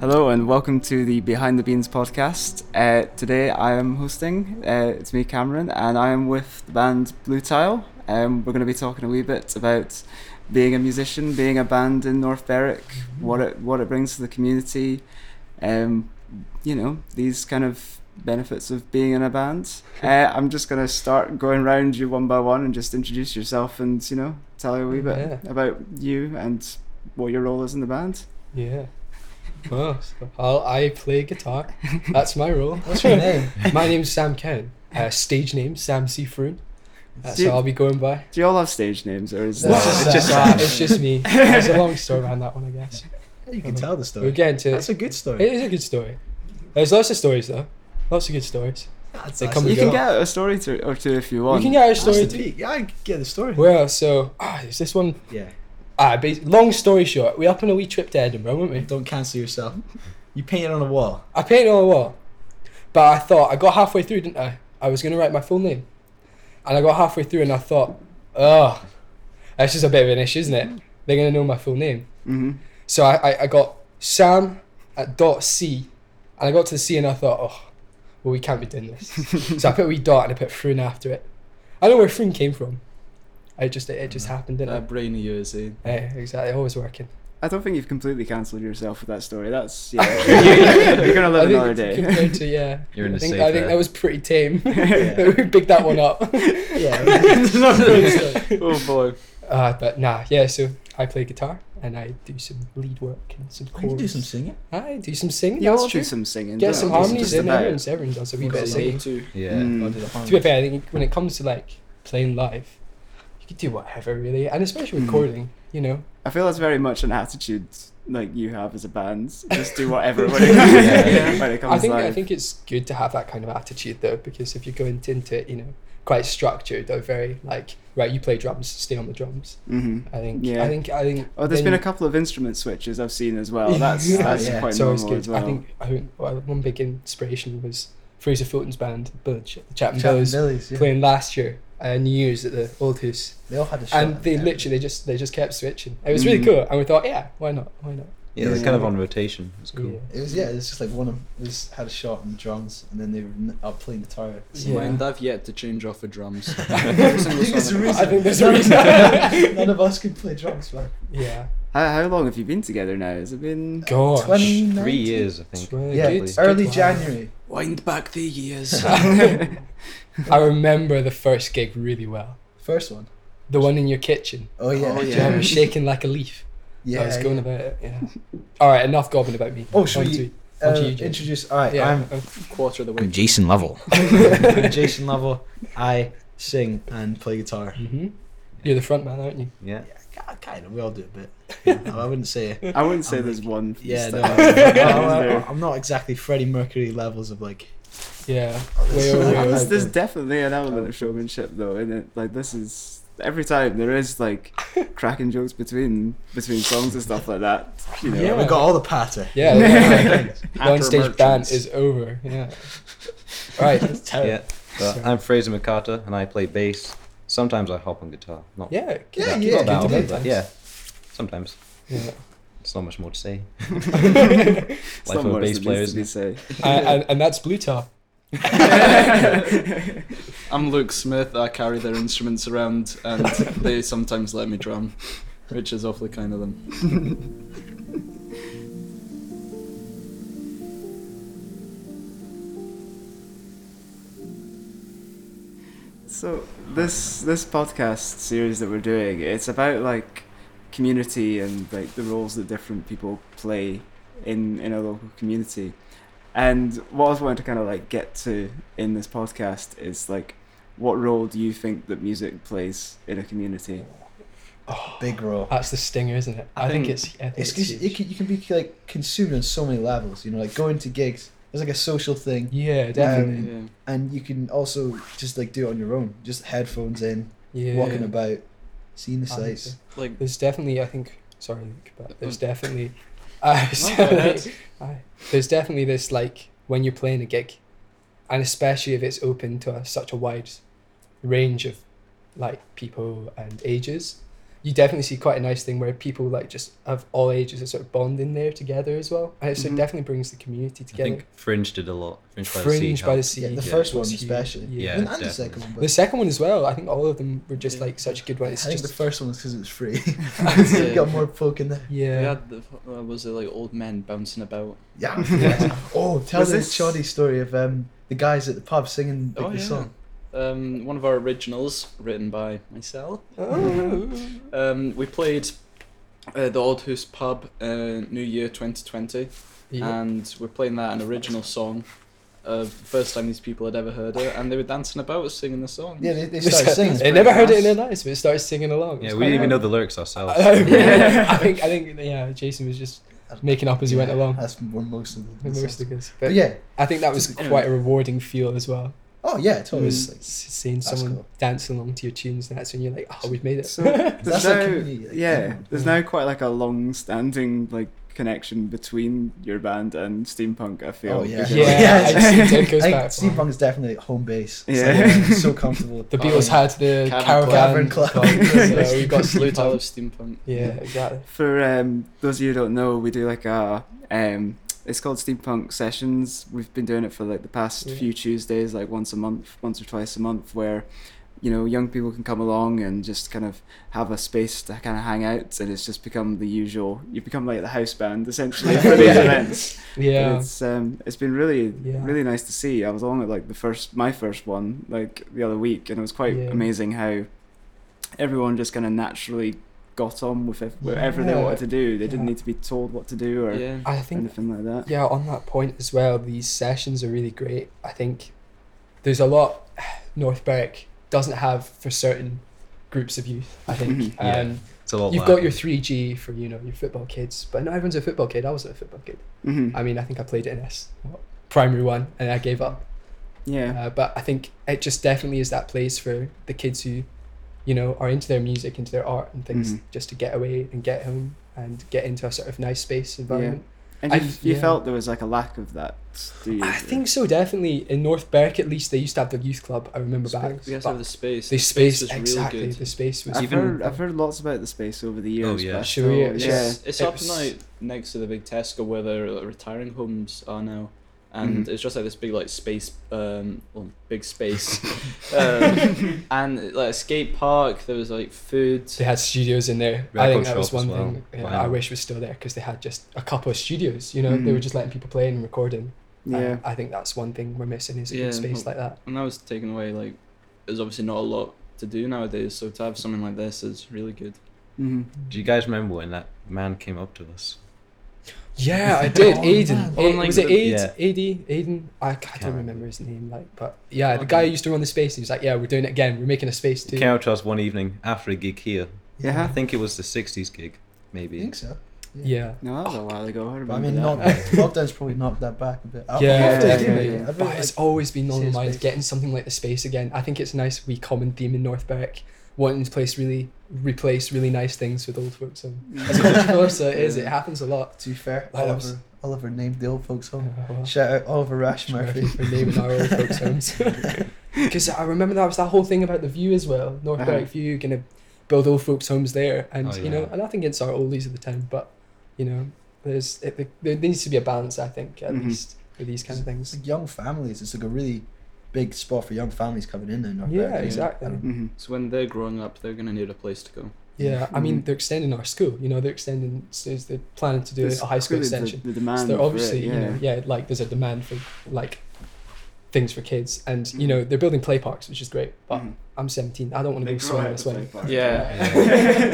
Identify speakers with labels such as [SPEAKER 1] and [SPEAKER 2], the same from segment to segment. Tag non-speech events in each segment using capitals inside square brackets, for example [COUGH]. [SPEAKER 1] Hello and welcome to the Behind the Beans podcast. Uh, today I am hosting. Uh, it's me, Cameron, and I am with the band Blue Tile. Um, we're going to be talking a wee bit about being a musician, being a band in North Berwick, what it what it brings to the community, um, you know, these kind of benefits of being in a band. Uh, I'm just going to start going round you one by one and just introduce yourself and you know tell you a wee bit
[SPEAKER 2] Yeah.
[SPEAKER 1] about you and what your role is in the band.
[SPEAKER 2] Yeah. Well, so I'll, I play guitar. That's my role.
[SPEAKER 3] [LAUGHS] What's your name?
[SPEAKER 2] My name's Sam Ken. Uh, stage name Sam Seafroon. That's
[SPEAKER 1] Dude.
[SPEAKER 2] what I'll be going by.
[SPEAKER 1] Do you all have stage names or is
[SPEAKER 3] No,
[SPEAKER 1] that-
[SPEAKER 3] just
[SPEAKER 1] [LAUGHS]
[SPEAKER 2] it's, just,
[SPEAKER 3] Sam.
[SPEAKER 2] uh,
[SPEAKER 3] [LAUGHS]
[SPEAKER 2] it's just me. There's a long story behind that one, I guess.
[SPEAKER 3] You can tell the
[SPEAKER 2] We'll
[SPEAKER 3] story.
[SPEAKER 2] get into
[SPEAKER 3] That's
[SPEAKER 2] it.
[SPEAKER 3] a good story.
[SPEAKER 2] It is a good story. There's lots of stories though. Lots of good stories.
[SPEAKER 3] That's
[SPEAKER 2] they
[SPEAKER 3] nice.
[SPEAKER 2] come
[SPEAKER 1] You
[SPEAKER 3] You
[SPEAKER 1] can
[SPEAKER 2] go.
[SPEAKER 1] get a story to, or two if you want.
[SPEAKER 2] We can get our
[SPEAKER 3] can- that's
[SPEAKER 2] story.
[SPEAKER 3] the
[SPEAKER 2] too.
[SPEAKER 3] peak. Yeah, I can get the story.
[SPEAKER 2] Well, so ah, is this one?
[SPEAKER 3] Yeah.
[SPEAKER 2] Ah, bas- long story short, we up on a wee trip to Edinburgh, weren't we?
[SPEAKER 3] Don't cancel yourself. You painted on a wall.
[SPEAKER 2] I painted on the wall, but I thought I got halfway through, didn't I? I was gonna write my full name, and I got halfway through, and I thought, oh, that's just a bit of an issue, isn't it? They're gonna know my full name.
[SPEAKER 1] hmm
[SPEAKER 2] So I, I, I got Sam at dot C, and I got to the C, and I thought, oh, well, we can't be doing this. so I put a wee dot and I put Froon after it. I don't know where Froon came from. It just it just happened, didn't it?
[SPEAKER 3] brain of yours, eh?
[SPEAKER 2] Yeah, exactly. Always working.
[SPEAKER 1] I don't think you've completely cancelled yourself with that story. That's
[SPEAKER 2] [LAUGHS]
[SPEAKER 1] yeah. [LAUGHS] You're gonna
[SPEAKER 2] I
[SPEAKER 1] live
[SPEAKER 2] think
[SPEAKER 1] another day. [LAUGHS]
[SPEAKER 2] Compared to yeah,
[SPEAKER 4] You're in
[SPEAKER 2] I
[SPEAKER 4] the
[SPEAKER 2] think,
[SPEAKER 4] safe
[SPEAKER 2] I think
[SPEAKER 4] there.
[SPEAKER 2] that was pretty tame.
[SPEAKER 3] Yeah.
[SPEAKER 2] [LAUGHS] we picked that
[SPEAKER 1] [LAUGHS]
[SPEAKER 2] one up.
[SPEAKER 3] [LAUGHS] Yeah. [LAUGHS]
[SPEAKER 1] oh boy.
[SPEAKER 2] [LAUGHS] Uh, but nah, yeah. So I play guitar and I do some lead work and some
[SPEAKER 3] you
[SPEAKER 2] chords.
[SPEAKER 3] can do some singing.
[SPEAKER 2] I do some singing.
[SPEAKER 1] You
[SPEAKER 2] that's
[SPEAKER 1] all do
[SPEAKER 2] true.
[SPEAKER 1] some singing.
[SPEAKER 2] Get
[SPEAKER 1] don't
[SPEAKER 2] some
[SPEAKER 1] you? It's
[SPEAKER 2] harmonies
[SPEAKER 1] just
[SPEAKER 2] in.
[SPEAKER 1] about-
[SPEAKER 2] Everyone's everyone does a wee bit of singing. To
[SPEAKER 4] Yeah.
[SPEAKER 1] Mm.
[SPEAKER 3] I'll do the harmony.
[SPEAKER 2] be fair, I think when it comes to like playing live, you can do whatever really, and especially
[SPEAKER 1] Mhm.
[SPEAKER 2] recording. You know,
[SPEAKER 1] I feel that's very much an attitude like you have as a band. Just do
[SPEAKER 2] [LAUGHS]
[SPEAKER 1] whatever when it [LAUGHS] comes.
[SPEAKER 4] Yeah.
[SPEAKER 3] Yeah.
[SPEAKER 1] When it comes
[SPEAKER 2] I think I
[SPEAKER 1] live.
[SPEAKER 2] think it's good to have that kind of attitude though, because if you're going into it, you know, quite structured or very like right, you play drums, stay on the drums.
[SPEAKER 1] hmm
[SPEAKER 2] I think.
[SPEAKER 1] Yeah.
[SPEAKER 2] I think. I think.
[SPEAKER 1] Oh, there's been a
[SPEAKER 2] then-
[SPEAKER 1] couple of instrument switches I've seen as well. Oh, That's
[SPEAKER 2] [LAUGHS] Yeah.
[SPEAKER 1] that's
[SPEAKER 3] Yeah.
[SPEAKER 1] quite
[SPEAKER 2] so it's
[SPEAKER 1] normal
[SPEAKER 2] good.
[SPEAKER 1] as well.
[SPEAKER 2] I think. I think well, one big inspiration was Fraser Fulton's band, the Ch- the Chapman
[SPEAKER 3] Chapman
[SPEAKER 2] Billies,
[SPEAKER 3] Billies, yeah.
[SPEAKER 2] playing last year, uh, New Year's at the Old House,
[SPEAKER 3] They all had a shot.
[SPEAKER 2] and
[SPEAKER 3] at
[SPEAKER 2] they
[SPEAKER 3] it.
[SPEAKER 2] literally just they just kept switching. It was really
[SPEAKER 3] Mm.
[SPEAKER 1] Mhm.
[SPEAKER 2] cool, and we thought, yeah, why not? Why not?
[SPEAKER 4] Yeah, they're
[SPEAKER 1] Yeah.
[SPEAKER 4] kind of on rotation. It's cool.
[SPEAKER 3] It was yeah. It was just like one of them was had a shot on drums, and then they were n- up playing [LAUGHS] guitar.
[SPEAKER 2] Yeah.
[SPEAKER 5] Mind, I've yet to change off the drums.
[SPEAKER 3] I think there's a reason.
[SPEAKER 2] I think there's a reason.
[SPEAKER 3] [LAUGHS] None of [LAUGHS] us can play drums, man.
[SPEAKER 2] Yeah.
[SPEAKER 1] How, how long have you been together now? Has it been?
[SPEAKER 2] Gosh.
[SPEAKER 3] Twenty
[SPEAKER 4] Three years, I think.
[SPEAKER 2] Twenty-
[SPEAKER 3] Yeah,
[SPEAKER 2] good-
[SPEAKER 3] early
[SPEAKER 2] good
[SPEAKER 3] January.
[SPEAKER 5] Wind back the
[SPEAKER 1] [LAUGHS]
[SPEAKER 2] [LAUGHS]
[SPEAKER 5] years.
[SPEAKER 2] I remember the first gig really well.
[SPEAKER 3] [LAUGHS] First one.
[SPEAKER 2] The one in your kitchen.
[SPEAKER 3] Oh yeah.
[SPEAKER 5] Oh,
[SPEAKER 2] Do you
[SPEAKER 5] yeah.
[SPEAKER 2] remember shaking like a leaf?
[SPEAKER 3] Yeah.
[SPEAKER 2] I was going about it. Yeah. All right, enough gobbling about me.
[SPEAKER 3] Oh, should
[SPEAKER 2] On
[SPEAKER 3] we,
[SPEAKER 2] to- on
[SPEAKER 3] uh,
[SPEAKER 2] to you, Jason.
[SPEAKER 3] introduce? All right,
[SPEAKER 2] Yeah. [LAUGHS]
[SPEAKER 3] I'm,
[SPEAKER 2] uh,
[SPEAKER 5] Quarter of the way.
[SPEAKER 4] Jason Lovell.
[SPEAKER 3] I'm Jason Lovell. I sing and play guitar.
[SPEAKER 2] mhm. You're the front man, aren't you?
[SPEAKER 4] [LAUGHS] Yeah.
[SPEAKER 3] Kind of, we all do a bit. You know, I wouldn't say.
[SPEAKER 5] [LAUGHS]
[SPEAKER 1] I wouldn't say
[SPEAKER 3] I'm
[SPEAKER 1] there's one.
[SPEAKER 3] Yeah, no, Oh,
[SPEAKER 1] style. [LAUGHS]
[SPEAKER 3] [LAUGHS] I'm, I'm-
[SPEAKER 1] There.
[SPEAKER 3] I'm not exactly Freddie Mercury levels of like.
[SPEAKER 2] Yeah.
[SPEAKER 3] this-
[SPEAKER 2] Way over
[SPEAKER 3] Yeah,
[SPEAKER 1] [LAUGHS] there's,
[SPEAKER 3] I
[SPEAKER 1] there's
[SPEAKER 3] agree.
[SPEAKER 1] definitely an element of showmanship though in it like this is every time there is like cracking jokes between between songs and stuff like that you know
[SPEAKER 2] Yeah.
[SPEAKER 3] We got all the patter.
[SPEAKER 1] [LAUGHS]
[SPEAKER 2] Yeah, [LAUGHS]
[SPEAKER 3] yeah.
[SPEAKER 2] One stage ban
[SPEAKER 5] merchants.
[SPEAKER 2] is over. Yeah. Right.
[SPEAKER 4] Yeah. But
[SPEAKER 2] Oh. So-
[SPEAKER 4] I'm Fraser McCarter and I play bass. Sometimes I hop on guitar. Not,
[SPEAKER 2] Yeah.
[SPEAKER 3] Yeah,
[SPEAKER 4] not,
[SPEAKER 3] yeah, good
[SPEAKER 4] not that
[SPEAKER 3] to
[SPEAKER 4] often,
[SPEAKER 3] be
[SPEAKER 4] but
[SPEAKER 2] honest.
[SPEAKER 4] yeah. Sometimes.
[SPEAKER 2] yeah.
[SPEAKER 4] It's not much more to say.
[SPEAKER 1] it's
[SPEAKER 4] Life
[SPEAKER 1] not
[SPEAKER 4] of a
[SPEAKER 1] what
[SPEAKER 4] bass
[SPEAKER 1] it
[SPEAKER 4] player,
[SPEAKER 1] needs to be
[SPEAKER 4] isn't it?
[SPEAKER 1] say
[SPEAKER 2] And, and, and that's Blue Tar.
[SPEAKER 1] [LAUGHS]
[SPEAKER 5] I'm Luke Smith. I carry their instruments around, and they sometimes let me drum, which is awfully kind of them.
[SPEAKER 1] so this this podcast series that we're doing it's about like community and like the roles that different people play in in a local community and what i was wanting to kind of like get to in this podcast is like what role do you think that music plays in a community
[SPEAKER 3] Big roll.
[SPEAKER 2] That's the stinger, isn't it? I,
[SPEAKER 3] I
[SPEAKER 2] think,
[SPEAKER 3] think
[SPEAKER 2] it's. I think
[SPEAKER 3] It's
[SPEAKER 2] it's,
[SPEAKER 3] 'cause
[SPEAKER 2] huge.
[SPEAKER 3] it can, you can be like consumed on so many levels. You know, like going to gigs. It's like a social thing.
[SPEAKER 2] yeah, definitely.
[SPEAKER 3] Um,
[SPEAKER 5] Yeah.
[SPEAKER 3] and you can also just like do it on your own. Just headphones in,
[SPEAKER 2] yeah.
[SPEAKER 3] walking about, seeing the
[SPEAKER 2] I think
[SPEAKER 3] sights.
[SPEAKER 2] so.
[SPEAKER 5] [LAUGHS] Like,
[SPEAKER 2] There's definitely, I think. Sorry, Luke, but there's
[SPEAKER 5] Mm.
[SPEAKER 2] definitely. Uh, [LAUGHS]
[SPEAKER 5] no, go ahead.
[SPEAKER 2] Aye. There's definitely this like when you're playing a gig, and especially if it's open to a, such a wide range of like people and ages, you definitely see quite a nice thing where people like just of all ages are sort of bonding there together as well. And it sort
[SPEAKER 3] Mm-hmm.
[SPEAKER 1] Mhm.
[SPEAKER 2] of definitely brings the community
[SPEAKER 4] I
[SPEAKER 2] together.
[SPEAKER 4] think Fringe did a lot. Fringe by the
[SPEAKER 2] Fringe
[SPEAKER 4] Sea.
[SPEAKER 2] by the
[SPEAKER 4] helped.
[SPEAKER 2] sea.
[SPEAKER 3] Yeah, the
[SPEAKER 4] Yeah.
[SPEAKER 3] first one
[SPEAKER 2] It's huge.
[SPEAKER 3] especially.
[SPEAKER 4] Yeah,
[SPEAKER 3] and, and the
[SPEAKER 4] definitely.
[SPEAKER 3] second one. But
[SPEAKER 2] The second one as well. I think all of them were just like such a good one.
[SPEAKER 3] I
[SPEAKER 2] It's
[SPEAKER 3] think
[SPEAKER 2] just
[SPEAKER 3] the first one was because it was
[SPEAKER 2] [LAUGHS]
[SPEAKER 3] free. [LAUGHS]
[SPEAKER 5] Yeah.
[SPEAKER 3] you got more folk in there.
[SPEAKER 5] We
[SPEAKER 2] yeah.
[SPEAKER 5] had the uh, was it like old men bouncing about?
[SPEAKER 3] Yeah.
[SPEAKER 2] [LAUGHS]
[SPEAKER 3] Oh, tell
[SPEAKER 1] Was
[SPEAKER 3] the
[SPEAKER 1] this-
[SPEAKER 3] shoddy story of um, the guys at the pub singing like,
[SPEAKER 5] Oh,
[SPEAKER 3] the
[SPEAKER 5] yeah.
[SPEAKER 3] song.
[SPEAKER 5] Um, one of our originals written by myself.
[SPEAKER 3] [LAUGHS]
[SPEAKER 2] Oh.
[SPEAKER 5] Um, we played uh, the Old Hoose Pub uh, New Year 2020,
[SPEAKER 2] Yeah.
[SPEAKER 5] and we're playing that an original song. Uh, first time these people had ever heard it, and they were dancing about singing the song.
[SPEAKER 2] [LAUGHS]
[SPEAKER 3] Yeah, they, they [LAUGHS] started singing.
[SPEAKER 2] They never heard it in their lives, but it started singing along.
[SPEAKER 4] Yeah,
[SPEAKER 2] It's
[SPEAKER 4] we didn't even
[SPEAKER 2] quite Oh,
[SPEAKER 4] know the lyrics ourselves. [LAUGHS]
[SPEAKER 2] nice.
[SPEAKER 5] Yeah.
[SPEAKER 2] [LAUGHS] I think I think yeah, Jason was just making up as he went
[SPEAKER 3] Yeah,
[SPEAKER 2] along.
[SPEAKER 3] That's where most of the, the
[SPEAKER 2] Most
[SPEAKER 3] songs-
[SPEAKER 2] of us.
[SPEAKER 3] But
[SPEAKER 2] But
[SPEAKER 3] yeah.
[SPEAKER 2] I think that was
[SPEAKER 5] Anyway.
[SPEAKER 2] quite a rewarding feel as well.
[SPEAKER 3] Oh yeah,
[SPEAKER 2] It
[SPEAKER 3] totally.
[SPEAKER 2] was
[SPEAKER 3] Like,
[SPEAKER 2] s- seeing
[SPEAKER 3] that's
[SPEAKER 2] someone
[SPEAKER 3] cool.
[SPEAKER 2] dance along to your tunes. and That's when you're like, oh, we've made it.
[SPEAKER 1] So
[SPEAKER 2] [LAUGHS]
[SPEAKER 1] there's
[SPEAKER 3] That's like
[SPEAKER 1] now,
[SPEAKER 3] community, like,
[SPEAKER 1] yeah,
[SPEAKER 3] everyone.
[SPEAKER 1] there's now quite like a long-standing like connection between your band and steampunk. I feel.
[SPEAKER 3] Oh yeah,
[SPEAKER 1] because-
[SPEAKER 2] Yeah,
[SPEAKER 1] [LAUGHS]
[SPEAKER 3] yeah.
[SPEAKER 2] I just
[SPEAKER 3] [LAUGHS]
[SPEAKER 2] think it
[SPEAKER 3] I
[SPEAKER 2] goes
[SPEAKER 3] think
[SPEAKER 2] back.
[SPEAKER 3] steampunk is definitely home base. It's
[SPEAKER 1] Yeah.
[SPEAKER 3] like, it's so comfortable.
[SPEAKER 2] [LAUGHS] The Beatles had the
[SPEAKER 5] Cavern
[SPEAKER 2] caravan,
[SPEAKER 3] Oh, Club.
[SPEAKER 2] club,
[SPEAKER 3] Cavern Club.
[SPEAKER 2] so [LAUGHS] we got
[SPEAKER 5] [LAUGHS] Salute
[SPEAKER 2] salute.
[SPEAKER 5] all of steampunk.
[SPEAKER 2] Yeah, exactly.
[SPEAKER 1] For um, those of you who don't know, we do like a um, it's called steampunk sessions. We've been doing it for like the past
[SPEAKER 2] Yeah.
[SPEAKER 1] few Tuesdays, like once a month, once or twice a month, where you know young people can come along and just kind of have a space to kind of hang out, and it's just become the usual. You become like the house band essentially for these
[SPEAKER 2] [LAUGHS] Yeah.
[SPEAKER 1] events. But
[SPEAKER 2] Yeah,
[SPEAKER 1] it's um, it's been really
[SPEAKER 2] Yeah.
[SPEAKER 1] really nice to see. I was along at like the first my first one like the other week, and it was quite
[SPEAKER 2] Yeah.
[SPEAKER 1] amazing how everyone just kind of naturally got on with ev- whatever they
[SPEAKER 2] Yeah.
[SPEAKER 1] wanted to do. They didn't
[SPEAKER 2] Yeah.
[SPEAKER 1] need to be told what to do or
[SPEAKER 5] Yeah.
[SPEAKER 2] I think
[SPEAKER 1] anything like that.
[SPEAKER 2] yeah. On that point as well, these sessions are really great. I think there's a lot [SIGHS] North Berwick doesn't have for certain groups of youth. I think.
[SPEAKER 4] Yeah.
[SPEAKER 2] Um,
[SPEAKER 4] It's a lot.
[SPEAKER 2] You've
[SPEAKER 4] louder.
[SPEAKER 2] got your 3G for you know your football kids, but not everyone's a football kid. I wasn't a football kid.
[SPEAKER 1] Mhm.
[SPEAKER 2] I mean, I think I played it in S what, primary one, and I gave up.
[SPEAKER 1] yeah.
[SPEAKER 2] Uh, but I think it just definitely is that place for the kids who, you know, are into their music, into their art, and things
[SPEAKER 1] Mhm.
[SPEAKER 2] just to get away and get home and get into a sort of nice space environment.
[SPEAKER 1] And
[SPEAKER 2] I-
[SPEAKER 1] you, you
[SPEAKER 2] yeah.
[SPEAKER 1] felt there was like a lack of that. Do you?
[SPEAKER 2] I think so, definitely. In North Berwick, at least, they used to have the youth club. I remember back.
[SPEAKER 5] We guys
[SPEAKER 2] but
[SPEAKER 5] have the space.
[SPEAKER 2] the space,
[SPEAKER 5] was really
[SPEAKER 2] exactly.
[SPEAKER 5] good.
[SPEAKER 2] the space was
[SPEAKER 1] I've
[SPEAKER 4] even-
[SPEAKER 1] heard I've heard lots about the space over the years.
[SPEAKER 4] yeah.
[SPEAKER 1] but
[SPEAKER 2] Should we-
[SPEAKER 1] still,
[SPEAKER 2] should-
[SPEAKER 1] yeah.
[SPEAKER 5] It's, it's
[SPEAKER 2] It
[SPEAKER 5] up
[SPEAKER 2] was-
[SPEAKER 5] like next to the big Tesco where the like, retiring homes are now, and
[SPEAKER 2] Mm-hmm.
[SPEAKER 1] Mhm.
[SPEAKER 5] it's just like this big like space, um, well, big space,
[SPEAKER 2] [LAUGHS]
[SPEAKER 5] um, and like a skate park. There was like food.
[SPEAKER 2] They had studios in there. I
[SPEAKER 4] Record
[SPEAKER 2] think that was
[SPEAKER 4] shop as
[SPEAKER 2] one
[SPEAKER 4] well.
[SPEAKER 2] thing yeah,
[SPEAKER 4] Wow.
[SPEAKER 2] I wish was still there because they had just a couple of studios. You know, they
[SPEAKER 1] Mm.
[SPEAKER 2] were just letting people play and recording. And
[SPEAKER 1] yeah.
[SPEAKER 2] I think that's one thing we're missing is a
[SPEAKER 5] Yeah,
[SPEAKER 2] good space
[SPEAKER 5] no.
[SPEAKER 2] like that.
[SPEAKER 5] And that was taken away. Like, there's obviously not a lot to do nowadays. So to have something like this is really good.
[SPEAKER 1] Mhm.
[SPEAKER 4] Do you guys remember when that man came up to us?
[SPEAKER 2] Yeah, I did.
[SPEAKER 3] Oh, man.
[SPEAKER 2] Aiden.
[SPEAKER 5] On,
[SPEAKER 2] A-
[SPEAKER 5] like,
[SPEAKER 2] was it
[SPEAKER 5] the-
[SPEAKER 2] Aid?
[SPEAKER 4] yeah.
[SPEAKER 2] Aiden? Aiden? I, I don't
[SPEAKER 4] remember.
[SPEAKER 2] remember his name. Like, but yeah, the guy who used to run the space. He was like, "Yeah, we're doing it again. We're making a space
[SPEAKER 4] He
[SPEAKER 2] too."
[SPEAKER 4] came up to us one evening after a gig here. I
[SPEAKER 1] Yeah.
[SPEAKER 4] think it was the '60s gig,
[SPEAKER 3] I
[SPEAKER 4] maybe.
[SPEAKER 3] think so.
[SPEAKER 2] Yeah.
[SPEAKER 1] No, that was a while ago. I,
[SPEAKER 3] But
[SPEAKER 1] remember
[SPEAKER 3] I mean,
[SPEAKER 1] that.
[SPEAKER 3] knock, [LAUGHS] lockdown's probably knocked that back a bit. I-
[SPEAKER 2] Yeah,
[SPEAKER 3] I'd like to
[SPEAKER 1] yeah,
[SPEAKER 3] do it.
[SPEAKER 1] yeah.
[SPEAKER 3] I'd really
[SPEAKER 2] But
[SPEAKER 3] like-
[SPEAKER 2] it's always been on
[SPEAKER 3] see
[SPEAKER 2] my
[SPEAKER 3] his
[SPEAKER 2] mind
[SPEAKER 3] space.
[SPEAKER 2] getting something like the space again. I think it's a nice wee common theme in North Berwick, wanting to place really replace really nice things with old folks home. As a
[SPEAKER 1] [LAUGHS]
[SPEAKER 2] culture so it is. It happens a lot.
[SPEAKER 3] to be fair,
[SPEAKER 2] Like, that was-
[SPEAKER 3] Oliver, Oliver named the old folks home.
[SPEAKER 2] Uh, well.
[SPEAKER 3] Shout out Oliver Rash Oh, Murphy.
[SPEAKER 2] for naming our old folks' homes. [LAUGHS] Because I remember that was that whole thing about the view as well. North
[SPEAKER 1] Uh-huh.
[SPEAKER 2] Berwick View, gonna build old folks' homes there, and
[SPEAKER 4] Oh,
[SPEAKER 2] you know,
[SPEAKER 4] yeah.
[SPEAKER 2] and nothing against our oldies of the town, but you know, there's it, there- there needs to be a balance, I think, at
[SPEAKER 1] Mhm.
[SPEAKER 2] least with these kind of
[SPEAKER 3] It's
[SPEAKER 2] things.
[SPEAKER 3] like young families. It's like a really big spot for young families coming in now.
[SPEAKER 2] Yeah, exactly.
[SPEAKER 3] Um,
[SPEAKER 1] Mhm.
[SPEAKER 5] So when they're growing up, they're gonna need a place to go.
[SPEAKER 2] Yeah, I mean,
[SPEAKER 1] Mhm.
[SPEAKER 2] they're extending our school. You know, they're extending. so They're planning to [LAUGHS] do
[SPEAKER 1] There's
[SPEAKER 2] a high school
[SPEAKER 1] clearly the-
[SPEAKER 2] extension.
[SPEAKER 1] The, demand.
[SPEAKER 2] so they're
[SPEAKER 1] for it,
[SPEAKER 2] obviously you know yeah like there's a demand for like things for kids and you know they're building play parks which is great but
[SPEAKER 1] Mhm.
[SPEAKER 2] i'm 17 i don't want to
[SPEAKER 1] They
[SPEAKER 2] go
[SPEAKER 1] grow
[SPEAKER 2] swimming
[SPEAKER 1] out
[SPEAKER 2] this
[SPEAKER 1] the
[SPEAKER 2] way
[SPEAKER 1] play park.
[SPEAKER 2] [LAUGHS]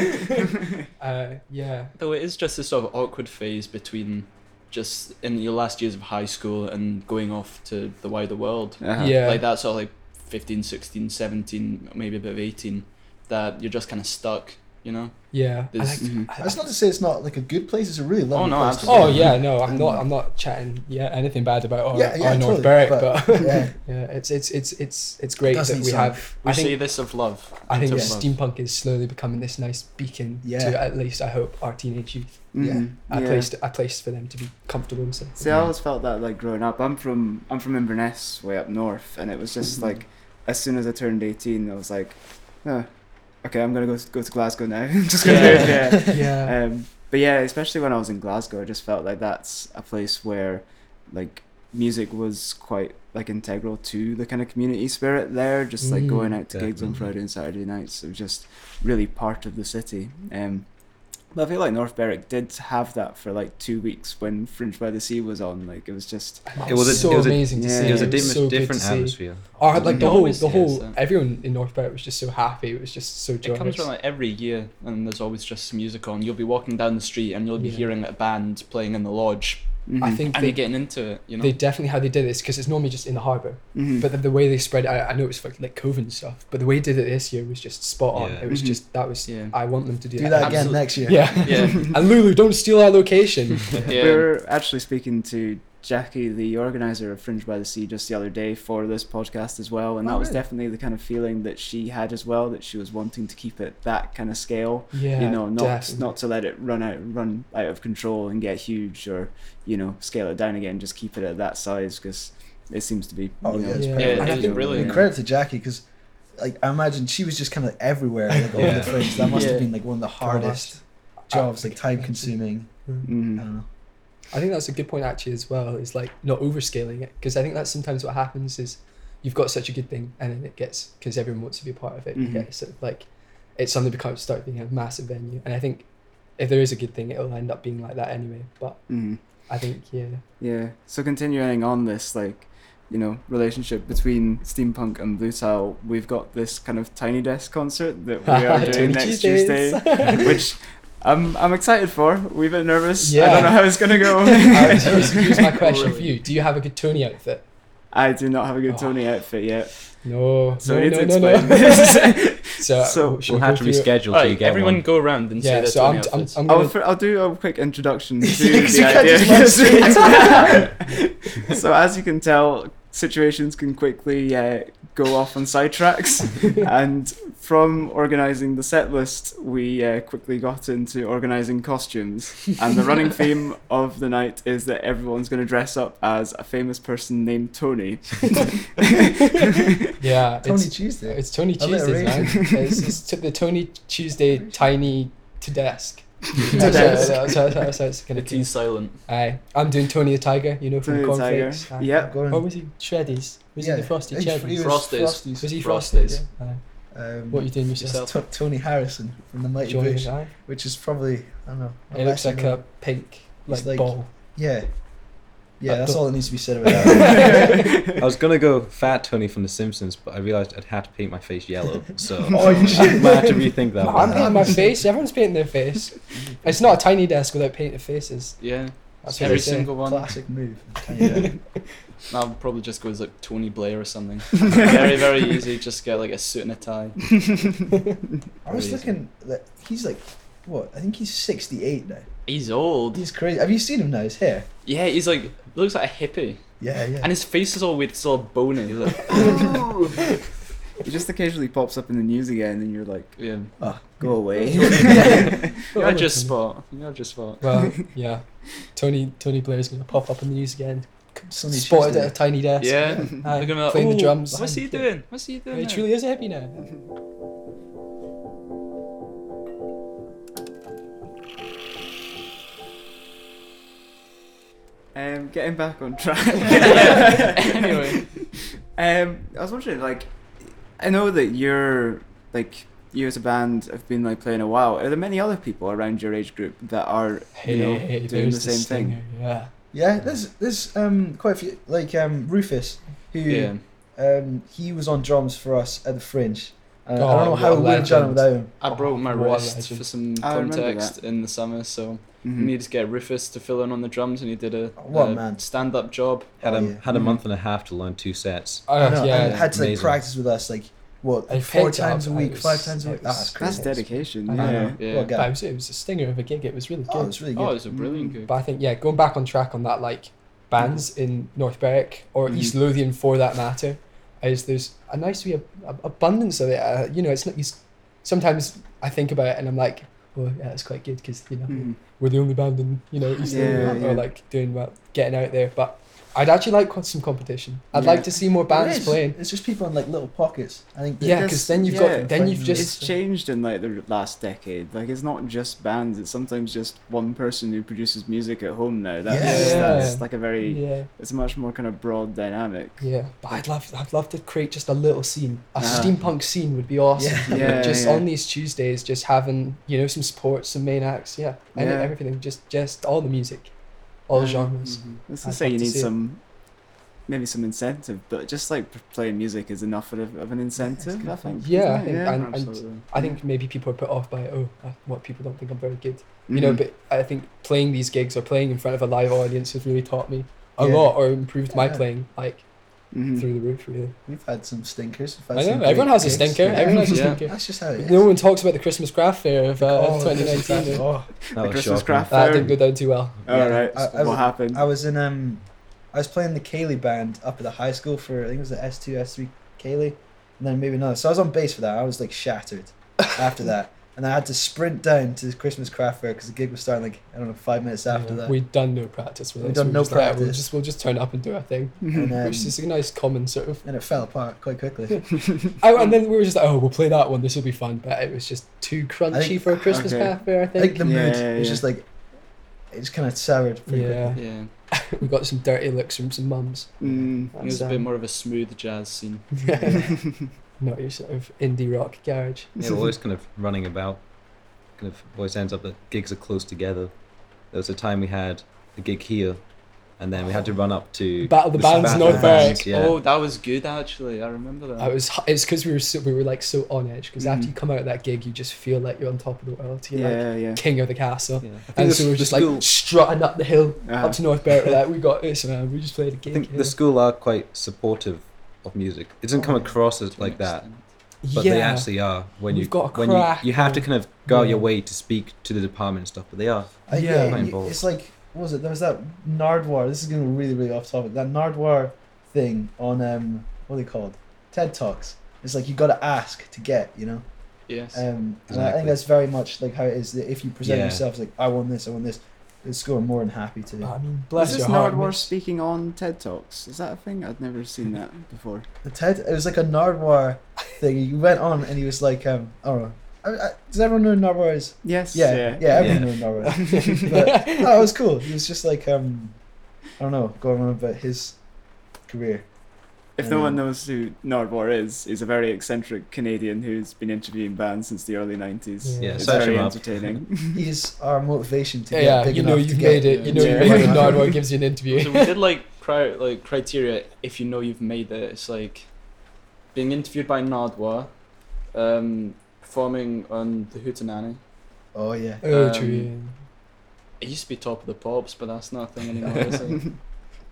[SPEAKER 2] uh, yeah
[SPEAKER 5] Though it is just this sort of awkward phase between just in your last years of high school and going off to the wider world.
[SPEAKER 1] Uh-huh.
[SPEAKER 2] yeah
[SPEAKER 5] like that sort of like 15 16 17 maybe a bit of 18 that you're just kind of stuck you know
[SPEAKER 2] yeah I
[SPEAKER 5] There's-
[SPEAKER 2] like-
[SPEAKER 1] Mhm.
[SPEAKER 2] I-
[SPEAKER 3] That's not to say it's not like a good place. It's a really lovely
[SPEAKER 5] Oh, no,
[SPEAKER 3] place. to
[SPEAKER 5] absolutely.
[SPEAKER 2] oh
[SPEAKER 3] live. [LAUGHS]
[SPEAKER 2] yeah no i'm not
[SPEAKER 3] And-
[SPEAKER 2] i'm not chatting yeah anything bad about our,
[SPEAKER 3] Yeah, yeah,
[SPEAKER 2] our north
[SPEAKER 3] totally,
[SPEAKER 2] berwick
[SPEAKER 3] but-
[SPEAKER 2] but,
[SPEAKER 3] yeah.
[SPEAKER 2] [LAUGHS] yeah it's it's it's it's it's great
[SPEAKER 3] does
[SPEAKER 2] that
[SPEAKER 3] need
[SPEAKER 2] we
[SPEAKER 3] some-
[SPEAKER 2] have
[SPEAKER 5] we
[SPEAKER 2] i think
[SPEAKER 5] see this of love
[SPEAKER 2] I think
[SPEAKER 5] of
[SPEAKER 3] yeah.
[SPEAKER 5] love.
[SPEAKER 2] steampunk is slowly becoming this nice beacon
[SPEAKER 3] Yeah.
[SPEAKER 2] to at least I hope our teenage youth.
[SPEAKER 1] Mhm.
[SPEAKER 2] A
[SPEAKER 1] Yeah.
[SPEAKER 2] place, to, a place for them to be comfortable and safe.
[SPEAKER 1] See, I always felt that like growing up. I'm from I'm from
[SPEAKER 2] Mm-hmm.
[SPEAKER 1] Inverness, way up north, and it was just like as soon as I turned eighteen, I was like, oh, okay, I'm gonna go go to Glasgow now. [LAUGHS] just gonna
[SPEAKER 2] [LAUGHS]
[SPEAKER 1] do it
[SPEAKER 2] Yeah.
[SPEAKER 1] there.
[SPEAKER 2] yeah.
[SPEAKER 1] Um, but yeah, especially when I was in Glasgow, I just felt like that's a place where, like, music was quite like integral to the kind of community spirit there. Just like
[SPEAKER 2] Mm,
[SPEAKER 1] going out to gigs on
[SPEAKER 4] definitely.
[SPEAKER 1] Friday and Saturday nights, it was just really part of the city. Um, but I feel like North Berwick did have that for like two weeks when Fringe by the Sea was on. Like, it was just
[SPEAKER 2] it was
[SPEAKER 4] was a-
[SPEAKER 2] so
[SPEAKER 4] it was a-
[SPEAKER 2] amazing to
[SPEAKER 1] yeah.
[SPEAKER 2] see.
[SPEAKER 4] It was a
[SPEAKER 1] It
[SPEAKER 4] dim-
[SPEAKER 2] so good
[SPEAKER 4] different
[SPEAKER 2] to see.
[SPEAKER 4] atmosphere.
[SPEAKER 2] Oh, like the
[SPEAKER 5] It
[SPEAKER 2] whole,
[SPEAKER 5] always
[SPEAKER 2] the
[SPEAKER 5] is,
[SPEAKER 2] whole,
[SPEAKER 5] though.
[SPEAKER 2] everyone in North Berwick was just so happy. It was just so
[SPEAKER 5] It
[SPEAKER 2] joyous.
[SPEAKER 5] comes from like every year, and there's always just music on. You'll be walking down the street, and you'll be
[SPEAKER 2] Yeah.
[SPEAKER 5] hearing a band playing in the lodge,
[SPEAKER 2] I
[SPEAKER 1] mhm,
[SPEAKER 2] think
[SPEAKER 5] and
[SPEAKER 2] they,
[SPEAKER 5] you're getting into it. You know,
[SPEAKER 2] they definitely how they did this because it's normally just in the harbour,
[SPEAKER 1] mhm.
[SPEAKER 2] but the, the way they spread, it, I, I know it's like like COVID and stuff, but the way they did it this year was just spot on.
[SPEAKER 4] Yeah.
[SPEAKER 2] It was
[SPEAKER 1] Mhm.
[SPEAKER 2] just that was
[SPEAKER 5] Mm-hmm. Yeah.
[SPEAKER 2] I want them to do,
[SPEAKER 3] Do that again
[SPEAKER 5] Absolute-
[SPEAKER 3] next year.
[SPEAKER 2] Yeah,
[SPEAKER 5] yeah,
[SPEAKER 2] [LAUGHS] and Lulu, don't steal our
[SPEAKER 5] [LAUGHS]
[SPEAKER 2] location.
[SPEAKER 5] yeah.
[SPEAKER 1] We were actually speaking to Jackie, the organizer of Fringe by the Sea, just the other day for this podcast as well, and that
[SPEAKER 3] Oh,
[SPEAKER 1] was
[SPEAKER 3] really?
[SPEAKER 1] definitely the kind of feeling that she had as well. That she was wanting to keep it that kind of scale,
[SPEAKER 2] yeah,
[SPEAKER 1] you know, not
[SPEAKER 2] definitely.
[SPEAKER 1] not to let it run out, run out of control and get huge, or you know, scale it down again. Just keep it at that size because it seems to be.
[SPEAKER 3] Oh,
[SPEAKER 1] you know,
[SPEAKER 3] yeah,
[SPEAKER 1] it's
[SPEAKER 2] Yeah.
[SPEAKER 1] pretty
[SPEAKER 2] Yeah, it
[SPEAKER 1] much
[SPEAKER 5] is
[SPEAKER 1] doing
[SPEAKER 5] really-
[SPEAKER 1] it.
[SPEAKER 3] And credit to Jackie because, like, I imagine she was just kind of like everywhere, like
[SPEAKER 2] [LAUGHS]
[SPEAKER 3] all
[SPEAKER 4] Yeah.
[SPEAKER 3] the things. That must
[SPEAKER 5] Yeah.
[SPEAKER 3] have been like one of the hardest jobs, like time consuming. I
[SPEAKER 1] Mhm.
[SPEAKER 3] don't know.
[SPEAKER 2] I think that's a good point actually as well. Is like not overscaling it because I think that's sometimes what happens is you've got such a good thing and then it gets because everyone wants to be a part of it.
[SPEAKER 1] Mhm.
[SPEAKER 2] You get sort of like it suddenly becomes start being a massive venue, and I think if there is a good thing, it'll end up being like that anyway. But
[SPEAKER 1] Mhm.
[SPEAKER 2] I think yeah,
[SPEAKER 1] Yeah. So continuing on this, like, you know, relationship between steampunk and blue tile, we've got this kind of tiny desk concert that we
[SPEAKER 2] [LAUGHS]
[SPEAKER 1] are doing
[SPEAKER 2] Tiny
[SPEAKER 1] next
[SPEAKER 2] Tuesdays.
[SPEAKER 1] Tuesday,
[SPEAKER 2] [LAUGHS]
[SPEAKER 1] which I'm I'm excited for. We're a bit nervous. I
[SPEAKER 2] Yeah.
[SPEAKER 1] don't know how it's gonna
[SPEAKER 2] [LAUGHS]
[SPEAKER 1] go.
[SPEAKER 2] Uh, here's, here's my question for
[SPEAKER 5] Really?
[SPEAKER 2] you: Do you have a good Tony outfit?
[SPEAKER 1] [LAUGHS] I do not have a good
[SPEAKER 2] Oh.
[SPEAKER 1] Tony outfit yet,
[SPEAKER 2] No,
[SPEAKER 1] so
[SPEAKER 2] no,
[SPEAKER 1] I need
[SPEAKER 2] no,
[SPEAKER 1] to
[SPEAKER 2] no,
[SPEAKER 1] explain.
[SPEAKER 2] no. [LAUGHS] so,
[SPEAKER 1] So,
[SPEAKER 2] should
[SPEAKER 4] We'll
[SPEAKER 2] we
[SPEAKER 4] have
[SPEAKER 2] go through
[SPEAKER 4] to
[SPEAKER 2] it?
[SPEAKER 4] reschedule till you
[SPEAKER 5] Alright,
[SPEAKER 4] get
[SPEAKER 5] everyone
[SPEAKER 4] one.
[SPEAKER 5] go around and say
[SPEAKER 2] Yeah,
[SPEAKER 5] their
[SPEAKER 2] so
[SPEAKER 5] Tony
[SPEAKER 2] I'm, I'm,
[SPEAKER 5] outfits.
[SPEAKER 2] I'm
[SPEAKER 1] I'll,
[SPEAKER 2] gonna
[SPEAKER 1] fir- I'll do a quick
[SPEAKER 2] [LAUGHS]
[SPEAKER 1] introduction to
[SPEAKER 3] Because
[SPEAKER 1] the
[SPEAKER 3] you can't just
[SPEAKER 1] idea. [LAUGHS]
[SPEAKER 2] [LAUGHS]
[SPEAKER 3] run
[SPEAKER 1] so as you can tell, situations can quickly uh, go off on
[SPEAKER 2] [LAUGHS]
[SPEAKER 1] sidetracks, and from organising the set list, we uh, quickly got into organising costumes. And the running
[SPEAKER 2] [LAUGHS]
[SPEAKER 1] theme of the night is that everyone's going to dress up as a famous person named Tony.
[SPEAKER 2] [LAUGHS] yeah,
[SPEAKER 3] Tony
[SPEAKER 2] it's,
[SPEAKER 3] Tuesday.
[SPEAKER 2] It's Tony Tuesday, man.
[SPEAKER 3] Alliteration.
[SPEAKER 1] [LAUGHS]
[SPEAKER 2] It's, it's t- the Tony Tuesday tiny to desk.
[SPEAKER 1] To
[SPEAKER 2] That's how-
[SPEAKER 1] desk.
[SPEAKER 2] That's how- that's how it's gonna
[SPEAKER 5] The
[SPEAKER 2] be.
[SPEAKER 5] tea's silent.
[SPEAKER 2] Aye, I'm doing Tony the Tiger. You know
[SPEAKER 1] Tony
[SPEAKER 2] from
[SPEAKER 1] the Tiger.
[SPEAKER 2] Cornflakes. Aye.
[SPEAKER 1] Yep.
[SPEAKER 3] Going-
[SPEAKER 2] What was he? Shreddies. Was
[SPEAKER 3] yeah,
[SPEAKER 2] he the Frosty
[SPEAKER 3] he- he
[SPEAKER 2] Cheddies?
[SPEAKER 3] was
[SPEAKER 5] Frosties.
[SPEAKER 3] Frosties.
[SPEAKER 2] Was he
[SPEAKER 5] Frosties.
[SPEAKER 2] Frosties? Aye.
[SPEAKER 3] Um,
[SPEAKER 2] What are you doing
[SPEAKER 3] it's
[SPEAKER 2] yourself?
[SPEAKER 3] T- Tony Harrison from the Mighty
[SPEAKER 2] Joining
[SPEAKER 3] Bush,
[SPEAKER 2] aye.
[SPEAKER 3] which is probably I don't know.
[SPEAKER 2] It looks
[SPEAKER 3] unless you
[SPEAKER 2] like
[SPEAKER 3] know-
[SPEAKER 2] a pink like,
[SPEAKER 3] He's like-
[SPEAKER 2] ball. [LAUGHS]
[SPEAKER 3] yeah, yeah.
[SPEAKER 2] Like
[SPEAKER 3] That's
[SPEAKER 2] the-
[SPEAKER 3] all that needs to be said about
[SPEAKER 4] [LAUGHS]
[SPEAKER 3] that.
[SPEAKER 4] I was gonna go Fat Tony from The Simpsons, but I realized I'd had to paint my face yellow, so
[SPEAKER 3] [LAUGHS] Oh, you
[SPEAKER 4] I
[SPEAKER 3] should.
[SPEAKER 4] might have to rethink that
[SPEAKER 2] No,
[SPEAKER 4] one.
[SPEAKER 2] I'm painting my face. Everyone's painting their face. It's not a tiny desk without painted faces.
[SPEAKER 5] Yeah,
[SPEAKER 2] That's what
[SPEAKER 5] every
[SPEAKER 2] they say. [LAUGHS]
[SPEAKER 3] [LAUGHS]
[SPEAKER 5] single one.
[SPEAKER 3] Classic move.
[SPEAKER 5] Yeah. I'll probably just go as like Tony Blair or something. very, very easy. Just get like a suit and a tie.
[SPEAKER 3] I was
[SPEAKER 5] Crazy.
[SPEAKER 3] looking that he's like, what? I think he's sixty-eight now.
[SPEAKER 5] He's old.
[SPEAKER 3] He's crazy. Have you seen him now? His hair.
[SPEAKER 5] Yeah, he's like looks like a hippie,
[SPEAKER 3] Yeah, yeah.
[SPEAKER 5] and his face is all weird. It's all bony.
[SPEAKER 1] [LAUGHS]
[SPEAKER 5] He's like,
[SPEAKER 1] [LAUGHS] He just occasionally pops up in the news again, and you're like,
[SPEAKER 5] yeah,
[SPEAKER 2] [LAUGHS]
[SPEAKER 1] go away.
[SPEAKER 5] you're just spot. You're just spot.
[SPEAKER 2] Well, yeah. Tony Tony Blair's gonna pop up in the news again.
[SPEAKER 3] Suddenly
[SPEAKER 2] Spotted
[SPEAKER 3] Tuesday.
[SPEAKER 2] at a tiny desk.
[SPEAKER 5] Yeah,
[SPEAKER 2] Aye,
[SPEAKER 5] they're gonna be like,
[SPEAKER 2] playing the
[SPEAKER 5] "Ooh,
[SPEAKER 2] drums.
[SPEAKER 5] What's he doing? What's he doing?
[SPEAKER 2] He
[SPEAKER 5] now?"
[SPEAKER 2] truly is a hippie now.
[SPEAKER 1] Um, getting back on track.
[SPEAKER 5] anyway,
[SPEAKER 1] Um, I was wondering, like, I know that you're like you as a band have been like playing a while. Are there many other people around your age group that are you know doing the
[SPEAKER 2] there's
[SPEAKER 1] same thing?
[SPEAKER 2] singer, Yeah.
[SPEAKER 3] Yeah, there's there's um quite a few like um Rufus who
[SPEAKER 5] yeah,
[SPEAKER 3] um he was on drums for us at the Fringe. Uh, I
[SPEAKER 2] Oh,
[SPEAKER 3] don't know
[SPEAKER 2] what
[SPEAKER 3] how
[SPEAKER 2] a
[SPEAKER 3] we would have done it
[SPEAKER 2] legend.
[SPEAKER 3] without him.
[SPEAKER 5] I broke my
[SPEAKER 2] What a
[SPEAKER 5] wrist
[SPEAKER 2] legend.
[SPEAKER 5] for some
[SPEAKER 1] I remember
[SPEAKER 5] context in the summer, so we
[SPEAKER 1] Mhm.
[SPEAKER 5] needed to get Rufus to fill in on the drums, and he did a
[SPEAKER 3] What
[SPEAKER 5] a
[SPEAKER 3] man.
[SPEAKER 5] stand-up job.
[SPEAKER 4] Had
[SPEAKER 3] Oh,
[SPEAKER 4] a
[SPEAKER 3] yeah.
[SPEAKER 4] had a month and a half to learn two sets.
[SPEAKER 2] Oh,
[SPEAKER 3] I know,
[SPEAKER 2] yeah.
[SPEAKER 3] and had to like
[SPEAKER 4] amazing.
[SPEAKER 3] practice with us like what
[SPEAKER 2] I
[SPEAKER 3] four
[SPEAKER 2] picked it
[SPEAKER 3] times
[SPEAKER 2] up,
[SPEAKER 3] a
[SPEAKER 2] I
[SPEAKER 3] week,
[SPEAKER 2] was-
[SPEAKER 3] five times a
[SPEAKER 2] I
[SPEAKER 3] week.
[SPEAKER 2] was-
[SPEAKER 3] That's
[SPEAKER 1] That's
[SPEAKER 3] crazy.
[SPEAKER 1] dedication.
[SPEAKER 2] I
[SPEAKER 1] yeah.
[SPEAKER 2] know.
[SPEAKER 5] Yeah.
[SPEAKER 3] What a
[SPEAKER 2] But it
[SPEAKER 3] guy.
[SPEAKER 2] was, it was a stinger of a gig. It was really
[SPEAKER 3] Oh,
[SPEAKER 2] good.
[SPEAKER 3] it's really
[SPEAKER 5] Oh, it
[SPEAKER 3] good.
[SPEAKER 5] was a brilliant gig.
[SPEAKER 2] But I think yeah, going back on track on that like bands in North Berwick or
[SPEAKER 1] Mhm.
[SPEAKER 2] East Lothian for that matter, is there's a nice wee ab- ab- abundance of it. Uh, you know, it's not. You, s- sometimes I think about it and I'm like, well, yeah, that's quite good because you know
[SPEAKER 1] Mhm.
[SPEAKER 2] we're the only band in you know East
[SPEAKER 1] Yeah,
[SPEAKER 2] Lothian
[SPEAKER 1] yeah.
[SPEAKER 2] or like doing well, getting out there. But I'd actually like quite some competition. I'd
[SPEAKER 1] Yeah.
[SPEAKER 2] like to see more bands
[SPEAKER 3] It is.
[SPEAKER 2] playing.
[SPEAKER 3] It's just people in like little pockets. I think. that-
[SPEAKER 2] Yeah,
[SPEAKER 1] Because-
[SPEAKER 2] because then you've
[SPEAKER 1] yeah,
[SPEAKER 2] got then you've
[SPEAKER 3] it's
[SPEAKER 1] it's
[SPEAKER 2] just uh,
[SPEAKER 1] changed in like the last decade. Like it's not just bands. It's sometimes just one person who produces music at home now. That's,
[SPEAKER 3] Yeah.
[SPEAKER 1] that's
[SPEAKER 2] Yeah.
[SPEAKER 1] like a very.
[SPEAKER 2] yeah
[SPEAKER 1] It's a much more kind of broad dynamic.
[SPEAKER 2] yeah. But I'd love I'd love to create just a little scene. A
[SPEAKER 1] Yeah.
[SPEAKER 2] steampunk scene would be awesome.
[SPEAKER 3] Yeah.
[SPEAKER 1] Ah. Yeah,
[SPEAKER 2] just
[SPEAKER 1] yeah.
[SPEAKER 2] on these Tuesdays, just having you know some sports, some main acts, yeah, and
[SPEAKER 1] Yeah.
[SPEAKER 2] everything, just just all the music, all
[SPEAKER 1] Yeah. Mm-hmm.
[SPEAKER 2] genres.
[SPEAKER 1] Let's
[SPEAKER 2] I'd
[SPEAKER 1] just say
[SPEAKER 2] love
[SPEAKER 1] you
[SPEAKER 2] to
[SPEAKER 1] need
[SPEAKER 2] see it.
[SPEAKER 1] some, maybe some incentive, but just like p- playing music is enough of, of an incentive. I think.
[SPEAKER 2] Yeah,
[SPEAKER 1] isn't
[SPEAKER 2] I
[SPEAKER 1] it?
[SPEAKER 2] think- and- and
[SPEAKER 5] Absolutely.
[SPEAKER 2] I think maybe people are put off by oh, uh, what people don't think I'm very good,
[SPEAKER 1] Mm-hmm.
[SPEAKER 2] you
[SPEAKER 3] Mm-hmm.
[SPEAKER 2] know. But I think playing these gigs or playing in front of a live audience has really taught me a
[SPEAKER 3] Yeah.
[SPEAKER 2] lot or improved my
[SPEAKER 3] Yeah.
[SPEAKER 2] playing like
[SPEAKER 1] Mhm.
[SPEAKER 2] through the roof. Really,
[SPEAKER 3] We've had some stinkers. We've had
[SPEAKER 2] I
[SPEAKER 3] some
[SPEAKER 2] know
[SPEAKER 3] great
[SPEAKER 2] everyone has a
[SPEAKER 3] gigs.
[SPEAKER 2] stinker.
[SPEAKER 3] Yeah.
[SPEAKER 2] Everyone has a uh,
[SPEAKER 5] Yeah.
[SPEAKER 2] stinker.
[SPEAKER 3] That's just how it is.
[SPEAKER 2] No one talks about the Christmas craft fair of, uh,
[SPEAKER 3] Oh,
[SPEAKER 2] of
[SPEAKER 3] the Christmas
[SPEAKER 2] 2019.
[SPEAKER 3] craft.
[SPEAKER 2] though.
[SPEAKER 3] Oh,
[SPEAKER 4] That
[SPEAKER 1] The
[SPEAKER 4] was
[SPEAKER 1] Christmas
[SPEAKER 4] shocking.
[SPEAKER 1] craft
[SPEAKER 2] That
[SPEAKER 1] fair.
[SPEAKER 2] didn't go down too well.
[SPEAKER 1] All
[SPEAKER 3] Yeah,
[SPEAKER 1] right.
[SPEAKER 3] I- I
[SPEAKER 1] what
[SPEAKER 3] was-
[SPEAKER 1] happened?
[SPEAKER 3] I was in um, I was playing the Cayley band up at the high school for I think it was the S two S three Cayley, and then maybe another. So I was on bass for that. I was like shattered
[SPEAKER 1] [LAUGHS]
[SPEAKER 3] after that, and I had to sprint down to Christmas craft fair because the gig was starting like I don't know five minutes after
[SPEAKER 2] Yeah,
[SPEAKER 3] that.
[SPEAKER 2] We'd done no practice with
[SPEAKER 3] We'd
[SPEAKER 2] it.
[SPEAKER 3] done
[SPEAKER 2] we were
[SPEAKER 3] no
[SPEAKER 2] just like, "Ah, We'll
[SPEAKER 3] practice.
[SPEAKER 2] just, we'll just turn up and do our thing.
[SPEAKER 1] Mm-hmm.
[SPEAKER 3] and, um,
[SPEAKER 2] which is a nice common sort of.
[SPEAKER 3] and it fell apart
[SPEAKER 1] [LAUGHS]
[SPEAKER 3] quite quickly.
[SPEAKER 2] Oh, and then we were just like, oh, we'll play that one. This will be fun. But it was just too crunchy
[SPEAKER 3] think-
[SPEAKER 2] for a Christmas
[SPEAKER 1] okay.
[SPEAKER 2] craft fair. I
[SPEAKER 3] I
[SPEAKER 2] think.
[SPEAKER 3] think the mood
[SPEAKER 1] Yeah,
[SPEAKER 3] was
[SPEAKER 1] yeah.
[SPEAKER 3] just like it's kind of soured. Pretty quickly.
[SPEAKER 2] yeah,
[SPEAKER 5] Yeah,
[SPEAKER 2] we got some dirty looks from some mums.
[SPEAKER 1] Mm.
[SPEAKER 5] it was a bit more of a smooth jazz scene.
[SPEAKER 2] [LAUGHS] Not your sort of indie rock garage.
[SPEAKER 4] Yeah, we're always kind of running about. Kind of always ends up that gigs are close together. There was a time we had a gig here, and then we had to run up to
[SPEAKER 2] Battle of the Bands,
[SPEAKER 4] Battle
[SPEAKER 2] North
[SPEAKER 4] of the Bands,
[SPEAKER 2] Berwick.
[SPEAKER 4] Yeah.
[SPEAKER 5] Oh, that was good actually. I remember that.
[SPEAKER 2] I was. hu- It's because we were so, we were like so on edge. Because after
[SPEAKER 1] Mhm.
[SPEAKER 2] you come out of that gig, you just feel like you're on top of the world. You're like
[SPEAKER 1] yeah, yeah.
[SPEAKER 2] king of the castle.
[SPEAKER 5] yeah.
[SPEAKER 2] And
[SPEAKER 4] the
[SPEAKER 2] so we were
[SPEAKER 4] s- the
[SPEAKER 2] just
[SPEAKER 4] school-
[SPEAKER 2] like strutting up the hill
[SPEAKER 1] Uh,
[SPEAKER 2] up to North Berwick. like we got this, man. We just played a
[SPEAKER 4] I
[SPEAKER 2] gig.
[SPEAKER 4] think
[SPEAKER 2] yeah.
[SPEAKER 4] the school are quite supportive of music. It doesn't come
[SPEAKER 5] Oh, yeah,
[SPEAKER 4] across as
[SPEAKER 5] to an
[SPEAKER 4] like that,
[SPEAKER 5] extent.
[SPEAKER 4] but they
[SPEAKER 2] yeah.
[SPEAKER 4] actually are. When you
[SPEAKER 2] We've got a
[SPEAKER 4] when you,
[SPEAKER 2] crack
[SPEAKER 4] you have to
[SPEAKER 2] and-
[SPEAKER 4] kind of go out
[SPEAKER 2] yeah.
[SPEAKER 4] your way to speak to the department and stuff, but they are.
[SPEAKER 2] Yeah.
[SPEAKER 3] I, Uh, yeah,
[SPEAKER 4] Quite
[SPEAKER 3] you-
[SPEAKER 4] involved.
[SPEAKER 3] it's like what was it? There was that Nardwar. This is gonna be really, really off topic. That Nardwar thing on um, what are they called? TED Talks. It's like you got to ask to get, you know.
[SPEAKER 5] Yes.
[SPEAKER 2] Uh,
[SPEAKER 3] Um, and I
[SPEAKER 4] Exactly.
[SPEAKER 3] think that's very much like how it is. That if you present
[SPEAKER 4] Yeah.
[SPEAKER 3] yourself as like, I want this, I want this, the score more than happy to.
[SPEAKER 2] I mean,
[SPEAKER 1] is
[SPEAKER 2] bless
[SPEAKER 1] this
[SPEAKER 2] your heart.
[SPEAKER 1] Nardwar
[SPEAKER 2] mate.
[SPEAKER 1] speaking on TED Talks? Is that a thing? I'd never seen that before.
[SPEAKER 3] The TED. It was like a Nardwar thing. He went on and he was like, um, I don't know. I, I, does everyone know what Nardwar is?
[SPEAKER 1] Yes.
[SPEAKER 3] Yeah,
[SPEAKER 1] [LAUGHS]
[SPEAKER 2] [LAUGHS]
[SPEAKER 3] yeah, everyone knows [LAUGHS] Nardwar. but no, it was cool. He was just like, um, I don't know, going on about his career.
[SPEAKER 1] If no one
[SPEAKER 3] Um,
[SPEAKER 1] knows who Nardwar is, he's a very eccentric Canadian who's been interviewing bands since the early 90s.
[SPEAKER 2] Yeah. Yeah,
[SPEAKER 1] it's
[SPEAKER 4] search
[SPEAKER 1] very
[SPEAKER 4] him up.
[SPEAKER 1] entertaining.
[SPEAKER 3] He's our motivation to
[SPEAKER 2] Yeah,
[SPEAKER 3] get
[SPEAKER 2] yeah,
[SPEAKER 3] big
[SPEAKER 2] you know
[SPEAKER 3] enough to
[SPEAKER 2] you've
[SPEAKER 3] get-
[SPEAKER 2] made it. You know
[SPEAKER 1] Yeah.
[SPEAKER 2] you've made it.
[SPEAKER 1] Yeah.
[SPEAKER 2] Nardwar gives you an
[SPEAKER 5] [LAUGHS]
[SPEAKER 2] interview.
[SPEAKER 5] so we did like pri- like criteria if you know you've made it. It's like being interviewed by Nardwa, um, performing on the Hootenanny.
[SPEAKER 3] Oh yeah.
[SPEAKER 2] Oh,
[SPEAKER 5] Um,
[SPEAKER 2] true.
[SPEAKER 5] It used to be Top of the Pops, but that's not a thing anymore. is
[SPEAKER 2] [LAUGHS]
[SPEAKER 5] it?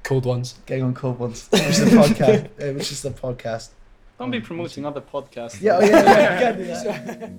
[SPEAKER 2] Cold ones.
[SPEAKER 3] Getting on cold ones. [LAUGHS] Which is the podcast. It was just the podcast.
[SPEAKER 5] Don't be promoting other podcasts.
[SPEAKER 3] Yeah, oh, yeah, yeah, yeah, yeah.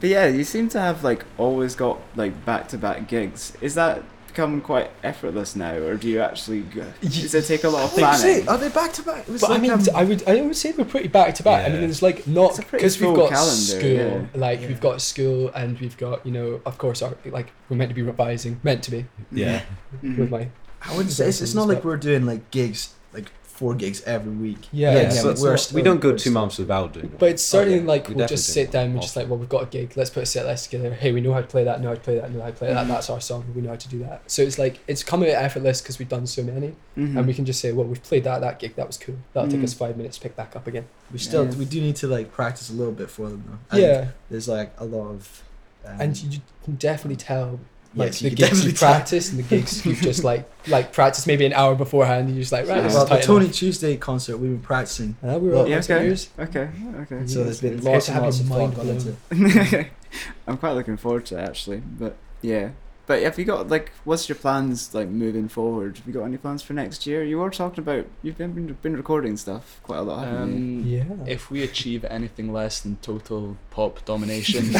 [SPEAKER 1] But yeah, you seem to have like always got like back to back gigs. Is that become quite effortless now, or do you actually? Go, does it take a lot of
[SPEAKER 2] Like you say,
[SPEAKER 1] planning?
[SPEAKER 3] Are they back to back? It was
[SPEAKER 2] But I
[SPEAKER 3] like,
[SPEAKER 2] mean,
[SPEAKER 3] um,
[SPEAKER 2] I would I would say we're pretty back to back. I mean,
[SPEAKER 4] Yeah.
[SPEAKER 2] it's like not
[SPEAKER 1] It's a pretty
[SPEAKER 2] because we've
[SPEAKER 1] full
[SPEAKER 2] got
[SPEAKER 1] calendar,
[SPEAKER 2] school,
[SPEAKER 1] yeah.
[SPEAKER 2] like
[SPEAKER 3] Yeah.
[SPEAKER 2] we've got school, and we've got you know, of course, our, like we're meant to be revising, meant to be
[SPEAKER 4] Yeah.
[SPEAKER 1] Mhm.
[SPEAKER 5] Mm-hmm.
[SPEAKER 2] with my
[SPEAKER 3] I wouldn't say it's, it's not like we're doing like gigs, like four gigs every week.
[SPEAKER 2] Yeah, yeah,
[SPEAKER 3] but
[SPEAKER 4] so
[SPEAKER 3] we're
[SPEAKER 4] it's not- we
[SPEAKER 3] still-
[SPEAKER 4] don't go
[SPEAKER 3] we're
[SPEAKER 4] two
[SPEAKER 3] still-
[SPEAKER 4] months without doing. Oh,
[SPEAKER 2] But it's certainly
[SPEAKER 3] yeah.
[SPEAKER 2] like
[SPEAKER 4] We
[SPEAKER 2] we'll
[SPEAKER 4] definitely
[SPEAKER 2] just
[SPEAKER 4] do Oh,
[SPEAKER 2] sit
[SPEAKER 4] that.
[SPEAKER 2] down. We're just like, well, we've got a gig. Let's put a set list together. Hey, we know how to play that. Know how to play that. Know how to play that.
[SPEAKER 1] Mhm.
[SPEAKER 2] That's our song. We know how to do that. So it's like it's come out effortless because we've done so many,
[SPEAKER 1] Mhm.
[SPEAKER 2] and we can just say, well, we've played that. That gig. That was cool. That'll take
[SPEAKER 1] Mhm.
[SPEAKER 2] us five minutes. to Pick back up again.
[SPEAKER 3] We still
[SPEAKER 1] Yeah.
[SPEAKER 3] we do need to like practice a little bit for them though. I think
[SPEAKER 2] yeah,
[SPEAKER 3] There's like a lot of. Um,
[SPEAKER 2] and you, you can definitely tell. Like
[SPEAKER 3] Yes, you
[SPEAKER 2] the
[SPEAKER 3] can
[SPEAKER 2] gigs you
[SPEAKER 3] definitely tell.
[SPEAKER 2] practice and the gigs you've just like like practiced maybe an hour beforehand and you're just like right
[SPEAKER 1] Yeah.
[SPEAKER 2] this
[SPEAKER 3] well,
[SPEAKER 2] is
[SPEAKER 3] the
[SPEAKER 2] tight
[SPEAKER 3] Tony
[SPEAKER 2] enough.
[SPEAKER 3] Tuesday concert we've been practicing,
[SPEAKER 2] Uh, we were all
[SPEAKER 1] Yeah,
[SPEAKER 2] up to
[SPEAKER 1] okay.
[SPEAKER 2] yours.
[SPEAKER 1] Okay. Okay.
[SPEAKER 3] so there's been
[SPEAKER 2] It's
[SPEAKER 3] lots
[SPEAKER 2] good
[SPEAKER 3] and
[SPEAKER 2] to
[SPEAKER 3] lots of
[SPEAKER 2] have your mind
[SPEAKER 3] thought gone into
[SPEAKER 2] blown.
[SPEAKER 3] it.
[SPEAKER 2] Mm-hmm.
[SPEAKER 1] [LAUGHS] I'm quite looking forward to it actually, but yeah. But have you got like what's your plans like moving forward? Have you got any plans for next year? You were talking about you've been been recording stuff quite a lot, haven't you?
[SPEAKER 5] Um,
[SPEAKER 2] Yeah.
[SPEAKER 5] If we achieve anything less than total
[SPEAKER 2] [LAUGHS]
[SPEAKER 5] pop domination,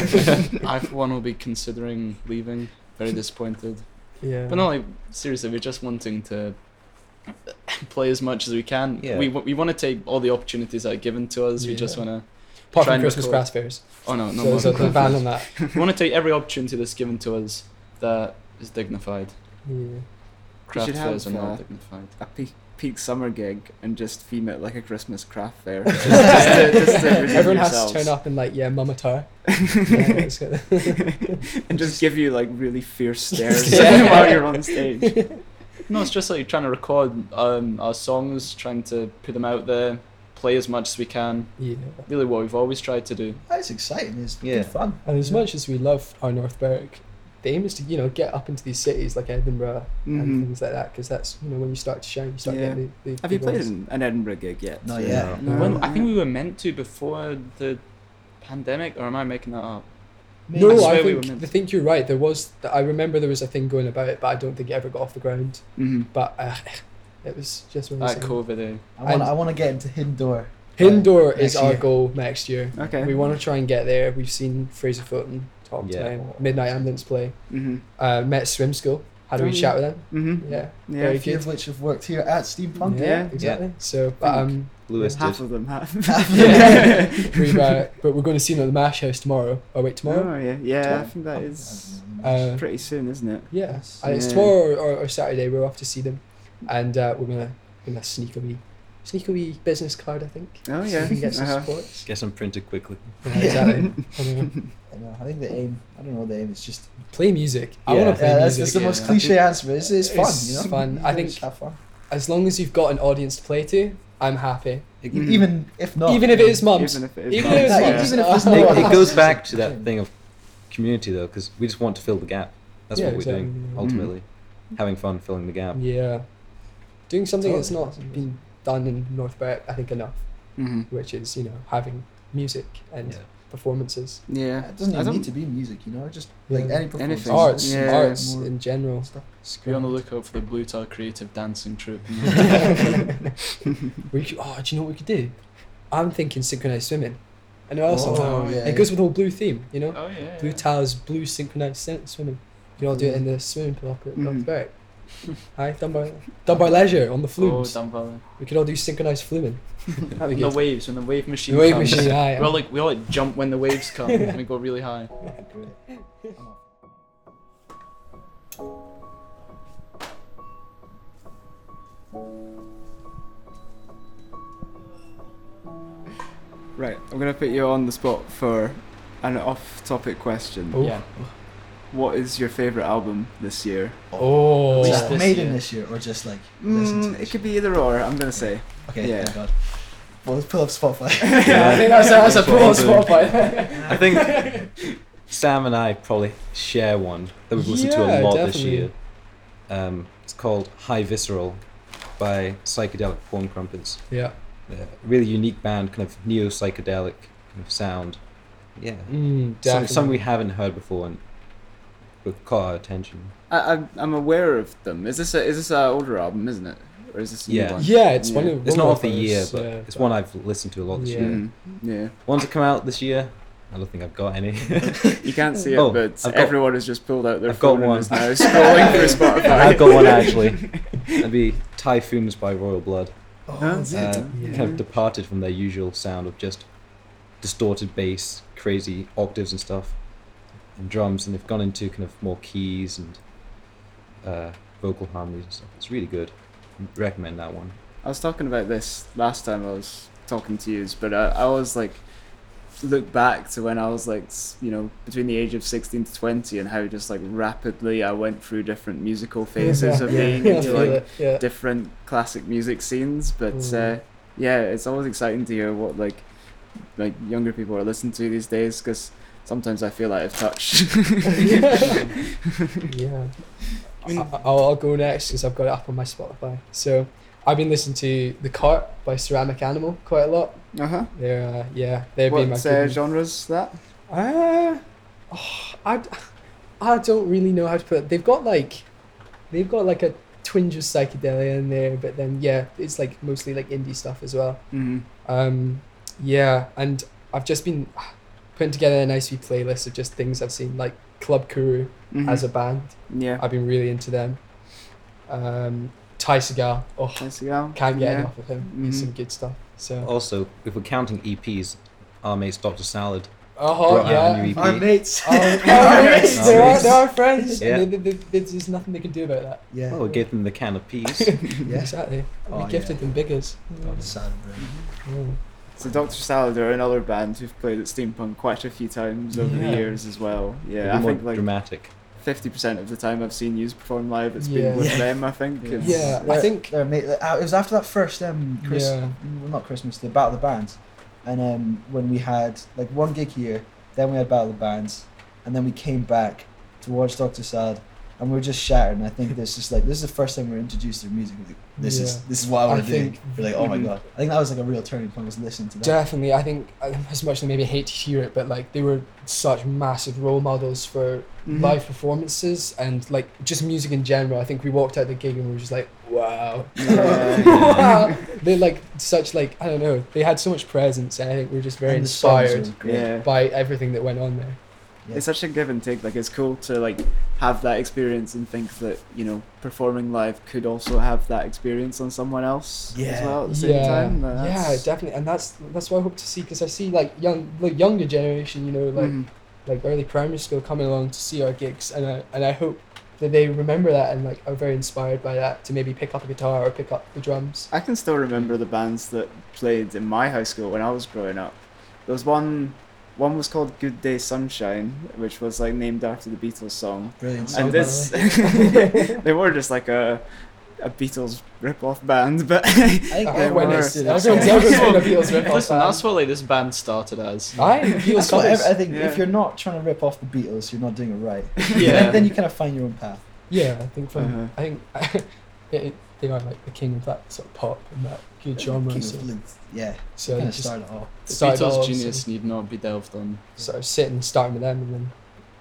[SPEAKER 5] I for one will be considering leaving. Very disappointed.
[SPEAKER 2] yeah.
[SPEAKER 5] But no, like seriously, we're just wanting to [LAUGHS] play as much as we can.
[SPEAKER 4] Yeah.
[SPEAKER 5] We wa- we want to take all the opportunities that are given to us. We just
[SPEAKER 2] Yeah.
[SPEAKER 5] want to
[SPEAKER 2] Apart
[SPEAKER 5] Try
[SPEAKER 2] from
[SPEAKER 5] and
[SPEAKER 2] Christmas
[SPEAKER 5] record.
[SPEAKER 2] grass fairs.
[SPEAKER 5] Oh no, no
[SPEAKER 2] so
[SPEAKER 5] more.
[SPEAKER 2] so the ban on that.
[SPEAKER 5] we want to take every opportunity that's given to us that is dignified.
[SPEAKER 2] Yeah. [LAUGHS]
[SPEAKER 5] Craft
[SPEAKER 1] should
[SPEAKER 5] fairs are
[SPEAKER 1] have, uh,
[SPEAKER 5] not dignified.
[SPEAKER 1] a peak, peak summer gig and just theme it like a Christmas craft
[SPEAKER 5] [LAUGHS]
[SPEAKER 1] fair. [LAUGHS] Just to- just to redeem
[SPEAKER 2] Everyone has to
[SPEAKER 1] yourselves.
[SPEAKER 2] turn up and like, yeah, mama tar.
[SPEAKER 1] and just give you like really fierce stares
[SPEAKER 2] [LAUGHS] Yeah.
[SPEAKER 1] while you're on stage.
[SPEAKER 5] No, it's just like trying to record um, our songs, trying to put them out there, play as much as we can.
[SPEAKER 2] Yeah.
[SPEAKER 5] Really, what we've always tried to do.
[SPEAKER 3] That's exciting. It's
[SPEAKER 4] Yeah.
[SPEAKER 3] good fun.
[SPEAKER 2] And as much as we love our North Berwick, the aim is to you know get up into these cities like Edinburgh [LAUGHS] and
[SPEAKER 1] Mhm.
[SPEAKER 2] things like that because that's you know when you start to shine, you start
[SPEAKER 1] Yeah.
[SPEAKER 2] getting the, the
[SPEAKER 1] Have you
[SPEAKER 2] the
[SPEAKER 1] played
[SPEAKER 2] ones.
[SPEAKER 1] an, an Edinburgh gig yet?
[SPEAKER 3] No,
[SPEAKER 4] Yeah.
[SPEAKER 3] yeah.
[SPEAKER 1] No.
[SPEAKER 5] When, I think we were meant to before the pandemic, or am I making that up?
[SPEAKER 3] Maybe.
[SPEAKER 2] No,
[SPEAKER 5] I
[SPEAKER 2] I,
[SPEAKER 5] swear we were
[SPEAKER 2] think
[SPEAKER 5] meant
[SPEAKER 2] I think you're right. There was I remember there was a thing going about it, but I don't think it ever got off the ground.
[SPEAKER 1] hmm
[SPEAKER 2] But uh, [LAUGHS] it was just one of
[SPEAKER 5] That
[SPEAKER 2] those. things.
[SPEAKER 5] COVID, eh?
[SPEAKER 3] I want. I want to get into Hindor.
[SPEAKER 2] Hindor is
[SPEAKER 3] Next
[SPEAKER 2] our
[SPEAKER 3] year.
[SPEAKER 2] goal next year.
[SPEAKER 1] Okay.
[SPEAKER 2] We want to try and get there. We've seen Fraser Fulton talk
[SPEAKER 4] Yeah.
[SPEAKER 2] to him, Midnight Ambulance play.
[SPEAKER 1] hmm
[SPEAKER 2] Uh, met Swim School. Had a wee
[SPEAKER 1] Mm.
[SPEAKER 2] chat with them.
[SPEAKER 1] hmm
[SPEAKER 2] Yeah.
[SPEAKER 1] Yeah.
[SPEAKER 2] very
[SPEAKER 3] A few
[SPEAKER 2] good.
[SPEAKER 3] of which have worked here at Steampunk.
[SPEAKER 1] Yeah.
[SPEAKER 2] exactly. So, but,
[SPEAKER 1] Think.
[SPEAKER 2] um,
[SPEAKER 4] Lewis did.
[SPEAKER 1] Half of them have. [LAUGHS]
[SPEAKER 2] yeah, we've, uh, but we're going to see them at the Mash House tomorrow. Oh wait, tomorrow.
[SPEAKER 1] Oh, yeah. Yeah, I
[SPEAKER 2] Tomorrow.
[SPEAKER 1] think that is
[SPEAKER 2] Uh,
[SPEAKER 1] pretty soon, isn't it?
[SPEAKER 2] yeah, and it's
[SPEAKER 1] Yeah.
[SPEAKER 2] tomorrow or, or Saturday. We're off to see them, and uh, we're gonna gonna sneak a wee sneak a wee business card, I think.
[SPEAKER 1] Oh,
[SPEAKER 2] so
[SPEAKER 1] yeah.
[SPEAKER 2] we can get some
[SPEAKER 1] Uh-huh.
[SPEAKER 3] [LAUGHS]
[SPEAKER 2] supports.
[SPEAKER 4] Get some
[SPEAKER 2] [LAUGHS]
[SPEAKER 4] printed quickly.
[SPEAKER 2] Yeah, exactly. I know.
[SPEAKER 3] I, know, I think the aim. I don't know the aim. It's just.
[SPEAKER 2] Play music. I
[SPEAKER 4] Yeah.
[SPEAKER 2] want to play
[SPEAKER 3] Yeah, that's,
[SPEAKER 2] music.
[SPEAKER 3] that's the
[SPEAKER 5] yeah.
[SPEAKER 3] most cliche answer. but It's, it's fun. you know.
[SPEAKER 2] It's fun.
[SPEAKER 3] You
[SPEAKER 2] I
[SPEAKER 3] can
[SPEAKER 2] think-
[SPEAKER 3] just have fun.
[SPEAKER 2] As long as you've got an audience to play to, I'm happy.
[SPEAKER 1] Mhm.
[SPEAKER 3] Even if not.
[SPEAKER 2] Mm. even if it is mums.
[SPEAKER 1] Even if it is.
[SPEAKER 2] Even
[SPEAKER 1] not.
[SPEAKER 2] if it's
[SPEAKER 3] Yeah.
[SPEAKER 2] mums.
[SPEAKER 3] Even if
[SPEAKER 1] [LAUGHS]
[SPEAKER 3] it's
[SPEAKER 2] Oh,
[SPEAKER 3] not-
[SPEAKER 4] it,
[SPEAKER 3] wow.
[SPEAKER 4] it goes back
[SPEAKER 3] That's
[SPEAKER 4] to
[SPEAKER 3] interesting.
[SPEAKER 4] that thing of community though, because we just want to fill the gap. That's
[SPEAKER 2] Yeah,
[SPEAKER 4] what we're
[SPEAKER 2] exactly, Mm.
[SPEAKER 4] doing
[SPEAKER 2] yeah.
[SPEAKER 4] ultimately, having fun filling the gap.
[SPEAKER 2] Yeah. Doing something that's not
[SPEAKER 3] Totally.
[SPEAKER 2] been done in North Berwick, I think, enough,
[SPEAKER 1] Mhm.
[SPEAKER 2] which is, you know, having music and
[SPEAKER 4] Yeah.
[SPEAKER 2] performances.
[SPEAKER 1] Yeah.
[SPEAKER 3] It doesn't
[SPEAKER 1] I
[SPEAKER 3] even
[SPEAKER 1] don't-
[SPEAKER 3] need to be music. You know, just like
[SPEAKER 2] Yeah.
[SPEAKER 3] any performance.
[SPEAKER 1] Anything.
[SPEAKER 2] Arts,
[SPEAKER 1] Yeah.
[SPEAKER 2] arts
[SPEAKER 3] More
[SPEAKER 2] in general.
[SPEAKER 3] stuff.
[SPEAKER 5] Be on the lookout for the Blue Tar Creative Dancing Troupe.
[SPEAKER 2] [LAUGHS] We could, oh, do you know what we could do? I'm thinking synchronized swimming. I know that's something-
[SPEAKER 3] Oh, yeah.
[SPEAKER 2] It goes with the whole blue theme, you know?
[SPEAKER 5] oh yeah.
[SPEAKER 2] Blue towels, blue synchronized syn- swimming. You can all do it in
[SPEAKER 3] Mm.
[SPEAKER 2] the swimming pool up at North
[SPEAKER 3] Mm-hmm.
[SPEAKER 1] Mhm.
[SPEAKER 2] Berwick. Hi, Dunbar, Dunbar Leisure on the
[SPEAKER 5] Oh,
[SPEAKER 2] flumes.
[SPEAKER 5] Dan Valley.
[SPEAKER 2] we could all do synchronized flumen. That'd be
[SPEAKER 5] The
[SPEAKER 2] good.
[SPEAKER 5] waves when the wave
[SPEAKER 2] The
[SPEAKER 5] machine.
[SPEAKER 2] wave
[SPEAKER 5] comes.
[SPEAKER 2] machine, aye.
[SPEAKER 5] [LAUGHS] We all like we all like jump when the
[SPEAKER 2] [LAUGHS]
[SPEAKER 5] waves come and we go really high.
[SPEAKER 3] Great. I'm off.
[SPEAKER 1] Right, I'm gonna put you on the spot for an off-topic question.
[SPEAKER 2] Oh.
[SPEAKER 5] Yeah.
[SPEAKER 1] What is your favorite album this year?
[SPEAKER 2] Oh,
[SPEAKER 3] Is
[SPEAKER 5] Just
[SPEAKER 3] that
[SPEAKER 5] this
[SPEAKER 3] made in
[SPEAKER 5] year.
[SPEAKER 3] this year or just like listen to
[SPEAKER 1] Mm,
[SPEAKER 3] this
[SPEAKER 1] it could
[SPEAKER 3] year?
[SPEAKER 1] be either or. I'm gonna say.
[SPEAKER 3] Okay,
[SPEAKER 1] yeah.
[SPEAKER 3] thank God. Well, let's pull up
[SPEAKER 2] [LAUGHS]
[SPEAKER 3] Spotify. [LAUGHS]
[SPEAKER 2] I think that's, that's a pro on Spotify.
[SPEAKER 4] I think
[SPEAKER 2] [LAUGHS]
[SPEAKER 4] Sam and I probably share one that we've listened to
[SPEAKER 2] Yeah,
[SPEAKER 4] a lot
[SPEAKER 2] definitely.
[SPEAKER 4] this year. Um, it's called High Visceral by Psychedelic Porn Crumpets.
[SPEAKER 2] yeah.
[SPEAKER 4] Yeah, really unique band, kind of neo psychedelic kind of sound. Yeah,
[SPEAKER 2] Mm,
[SPEAKER 4] some,
[SPEAKER 2] definitely.
[SPEAKER 4] some we haven't heard before and we've caught our attention.
[SPEAKER 1] I, I'm I'm aware of them. Is this a, is this an older album, isn't it, or is this a
[SPEAKER 4] Yeah.
[SPEAKER 1] new one?
[SPEAKER 2] [LAUGHS] yeah, it's one
[SPEAKER 1] Yeah.
[SPEAKER 2] of
[SPEAKER 4] It's not
[SPEAKER 2] one
[SPEAKER 4] off the year,
[SPEAKER 2] those,
[SPEAKER 4] but
[SPEAKER 2] yeah,
[SPEAKER 4] it's
[SPEAKER 2] but-
[SPEAKER 4] one I've listened to a lot this
[SPEAKER 2] Yeah.
[SPEAKER 4] year.
[SPEAKER 1] Mm, yeah.
[SPEAKER 4] Ones that come out this year, I don't think I've
[SPEAKER 2] [LAUGHS]
[SPEAKER 4] got any.
[SPEAKER 1] You can't see it,
[SPEAKER 4] Oh,
[SPEAKER 1] but
[SPEAKER 4] I've got-
[SPEAKER 1] everyone has just pulled out their
[SPEAKER 4] I've got
[SPEAKER 1] phone and
[SPEAKER 4] one.
[SPEAKER 1] is now scrolling
[SPEAKER 4] [LAUGHS]
[SPEAKER 1] through Spotify.
[SPEAKER 4] I've got one [LAUGHS] actually. That'd be Typhoons by Royal Blood.
[SPEAKER 3] Oh,
[SPEAKER 1] Huh?
[SPEAKER 3] is it?
[SPEAKER 4] uh,
[SPEAKER 2] Yeah.
[SPEAKER 4] kind of departed from their usual sound of just distorted bass, crazy octaves and stuff, and drums, and they've gone into kind of more keys and uh, vocal harmonies and stuff. It's really good. Recommend that one.
[SPEAKER 1] I was talking about this last time I was talking to you, but I, I always like look back to when I was like s- you know between the age of sixteen to twenty and how just like rapidly I went through different musical phases of
[SPEAKER 2] Yeah.
[SPEAKER 1] being
[SPEAKER 2] Yeah, I
[SPEAKER 1] into
[SPEAKER 2] feel
[SPEAKER 1] like
[SPEAKER 2] it, yeah.
[SPEAKER 1] different classic music scenes. But
[SPEAKER 2] Mm.
[SPEAKER 1] uh, yeah, it's always exciting to hear what like like younger people are listening to these days because sometimes I feel out of
[SPEAKER 2] [LAUGHS]
[SPEAKER 1] touch. [LAUGHS] Uh-huh.
[SPEAKER 2] yeah. I I'll, I'll go next because I've got it up on my Spotify. So I've been listening to The Cart by Ceramic Animal quite a lot.
[SPEAKER 1] uh huh.
[SPEAKER 2] They're, uh, yeah, they've been my
[SPEAKER 1] What uh,
[SPEAKER 2] good-
[SPEAKER 1] genres that?
[SPEAKER 2] Uh, oh, I, d- I don't really know how to put it. They've got like, they've got like a twinge of psychedelia in there, but then yeah, it's like mostly like indie stuff as well.
[SPEAKER 1] Mm-hmm.
[SPEAKER 2] Um, yeah, and I've just been putting together a nice wee playlist of just things I've seen, like Club Kuru
[SPEAKER 1] Mm.
[SPEAKER 2] as a band.
[SPEAKER 1] Mm-hmm. yeah.
[SPEAKER 2] I've been really into them. Um, Ty Segall, oh,
[SPEAKER 1] Nice to go.
[SPEAKER 2] can't get
[SPEAKER 1] Yeah.
[SPEAKER 2] enough of him. He's
[SPEAKER 1] Mhm.
[SPEAKER 2] some good stuff. So
[SPEAKER 4] Also, if we're counting E EPs, our mates Dr. Salad.
[SPEAKER 2] Oh,
[SPEAKER 4] Brought out a
[SPEAKER 2] yeah.
[SPEAKER 4] new EP.
[SPEAKER 3] My mates.
[SPEAKER 2] Oh,
[SPEAKER 3] [LAUGHS]
[SPEAKER 2] our mates, they're, our, they're our friends.
[SPEAKER 4] Yeah.
[SPEAKER 2] and they- they- they- there's nothing they can do about
[SPEAKER 3] [LAUGHS]
[SPEAKER 2] that.
[SPEAKER 3] Yeah.
[SPEAKER 4] Well, we Oh, gave them the can of peas.
[SPEAKER 3] yes.
[SPEAKER 2] Exactly.
[SPEAKER 3] Oh,
[SPEAKER 2] we gifted
[SPEAKER 3] yeah.
[SPEAKER 2] them biggers.
[SPEAKER 3] Oh, the sound, bro.
[SPEAKER 2] Mm.
[SPEAKER 1] Mm-hmm. So Dr. Salad are another band who've played at Steampunk quite a few times over
[SPEAKER 2] Yeah.
[SPEAKER 1] the years as well. [LAUGHS]
[SPEAKER 4] A
[SPEAKER 1] Yeah,
[SPEAKER 4] bit
[SPEAKER 1] I
[SPEAKER 4] more
[SPEAKER 1] think like
[SPEAKER 4] dramatic.
[SPEAKER 1] fifty percent of the time I've seen yous perform live, it's
[SPEAKER 2] Yeah.
[SPEAKER 1] been with
[SPEAKER 3] Yeah.
[SPEAKER 1] them. I think.
[SPEAKER 5] Yeah.
[SPEAKER 1] It's-
[SPEAKER 2] Yeah, I
[SPEAKER 3] They're-
[SPEAKER 2] think.
[SPEAKER 3] they're ama- uh, it was after that first um Chris,
[SPEAKER 2] Yeah.
[SPEAKER 3] well, not Christmas, the Battle of the Bands, and um when we had like one gig here, then we had Battle of the Bands, and then we came back to watch Doctor Sad, and we were just shattered. And I think this is like this is the first time we were introduced to their music. We're Like, this is
[SPEAKER 2] Yeah.
[SPEAKER 3] this is what I want
[SPEAKER 2] I
[SPEAKER 3] to do.
[SPEAKER 2] think-
[SPEAKER 3] We're like, oh my
[SPEAKER 1] Mhm.
[SPEAKER 3] god! I think that was like a real turning point. Was listening to that.
[SPEAKER 2] Definitely, I think uh, as much as they maybe hate to hear it, but like they were such massive role models for
[SPEAKER 3] Mm-hmm.
[SPEAKER 1] Mhm.
[SPEAKER 2] live performances and like just music in general. I think we walked out the gig and we were just like, wow,
[SPEAKER 1] Yeah.
[SPEAKER 2] [LAUGHS] wow. They like such like I don't know. They had so much presence, and I think we were just very
[SPEAKER 3] And the songs
[SPEAKER 2] inspired
[SPEAKER 3] were great.
[SPEAKER 1] yeah.
[SPEAKER 2] by everything that went on there.
[SPEAKER 3] Yeah.
[SPEAKER 1] It's such a give and take. Like it's cool to like have that experience and think that you know performing live could also have that experience on someone else as
[SPEAKER 3] Yeah.
[SPEAKER 1] well at the same time. and
[SPEAKER 2] yeah,
[SPEAKER 1] that's-
[SPEAKER 2] definitely, and that's that's what I hope to see because I see like young, like younger generation, you know, like
[SPEAKER 1] Mhm.
[SPEAKER 3] Hmm.
[SPEAKER 2] like early primary school coming along to see our gigs and I, and I hope that they remember that and like are very inspired by that to maybe pick up a guitar or pick up the drums.
[SPEAKER 1] I can still remember the bands that played in my high school when I was growing up. There was one. One was called Good Day Sunshine, which was like named after the Beatles song.
[SPEAKER 3] Brilliant song,
[SPEAKER 1] and
[SPEAKER 3] by the
[SPEAKER 1] this, [LAUGHS]
[SPEAKER 3] way.
[SPEAKER 1] they were just like a, a Beatles rip-off band, but
[SPEAKER 3] I think
[SPEAKER 2] Oh,
[SPEAKER 3] everyone
[SPEAKER 1] when
[SPEAKER 3] listened to that [LAUGHS]
[SPEAKER 2] everyone's
[SPEAKER 3] song.
[SPEAKER 2] ever been a Beatles rip-off
[SPEAKER 5] uh, Listen,
[SPEAKER 2] band.
[SPEAKER 5] that's what like this band started as.
[SPEAKER 2] I Beatles
[SPEAKER 3] That's what
[SPEAKER 2] covers.
[SPEAKER 3] ev- I think
[SPEAKER 1] Yeah.
[SPEAKER 3] if you're not trying to rip off the Beatles, you're not doing it [LAUGHS] right.
[SPEAKER 5] Yeah.
[SPEAKER 3] then, then you kind of find your own path.
[SPEAKER 2] yeah, I think from
[SPEAKER 1] Uh-huh.
[SPEAKER 2] I think [LAUGHS] it, it, they are like the king of that sort of pop and that good genre.
[SPEAKER 3] Keep
[SPEAKER 2] so
[SPEAKER 3] it linked. Yeah,
[SPEAKER 2] so
[SPEAKER 3] kind
[SPEAKER 2] they
[SPEAKER 3] of
[SPEAKER 2] just
[SPEAKER 3] start it off.
[SPEAKER 5] The
[SPEAKER 2] started
[SPEAKER 5] Beatles'
[SPEAKER 2] off,
[SPEAKER 5] genius
[SPEAKER 2] so-
[SPEAKER 5] need not be delved on.
[SPEAKER 2] sort of sitting, starting with them, and then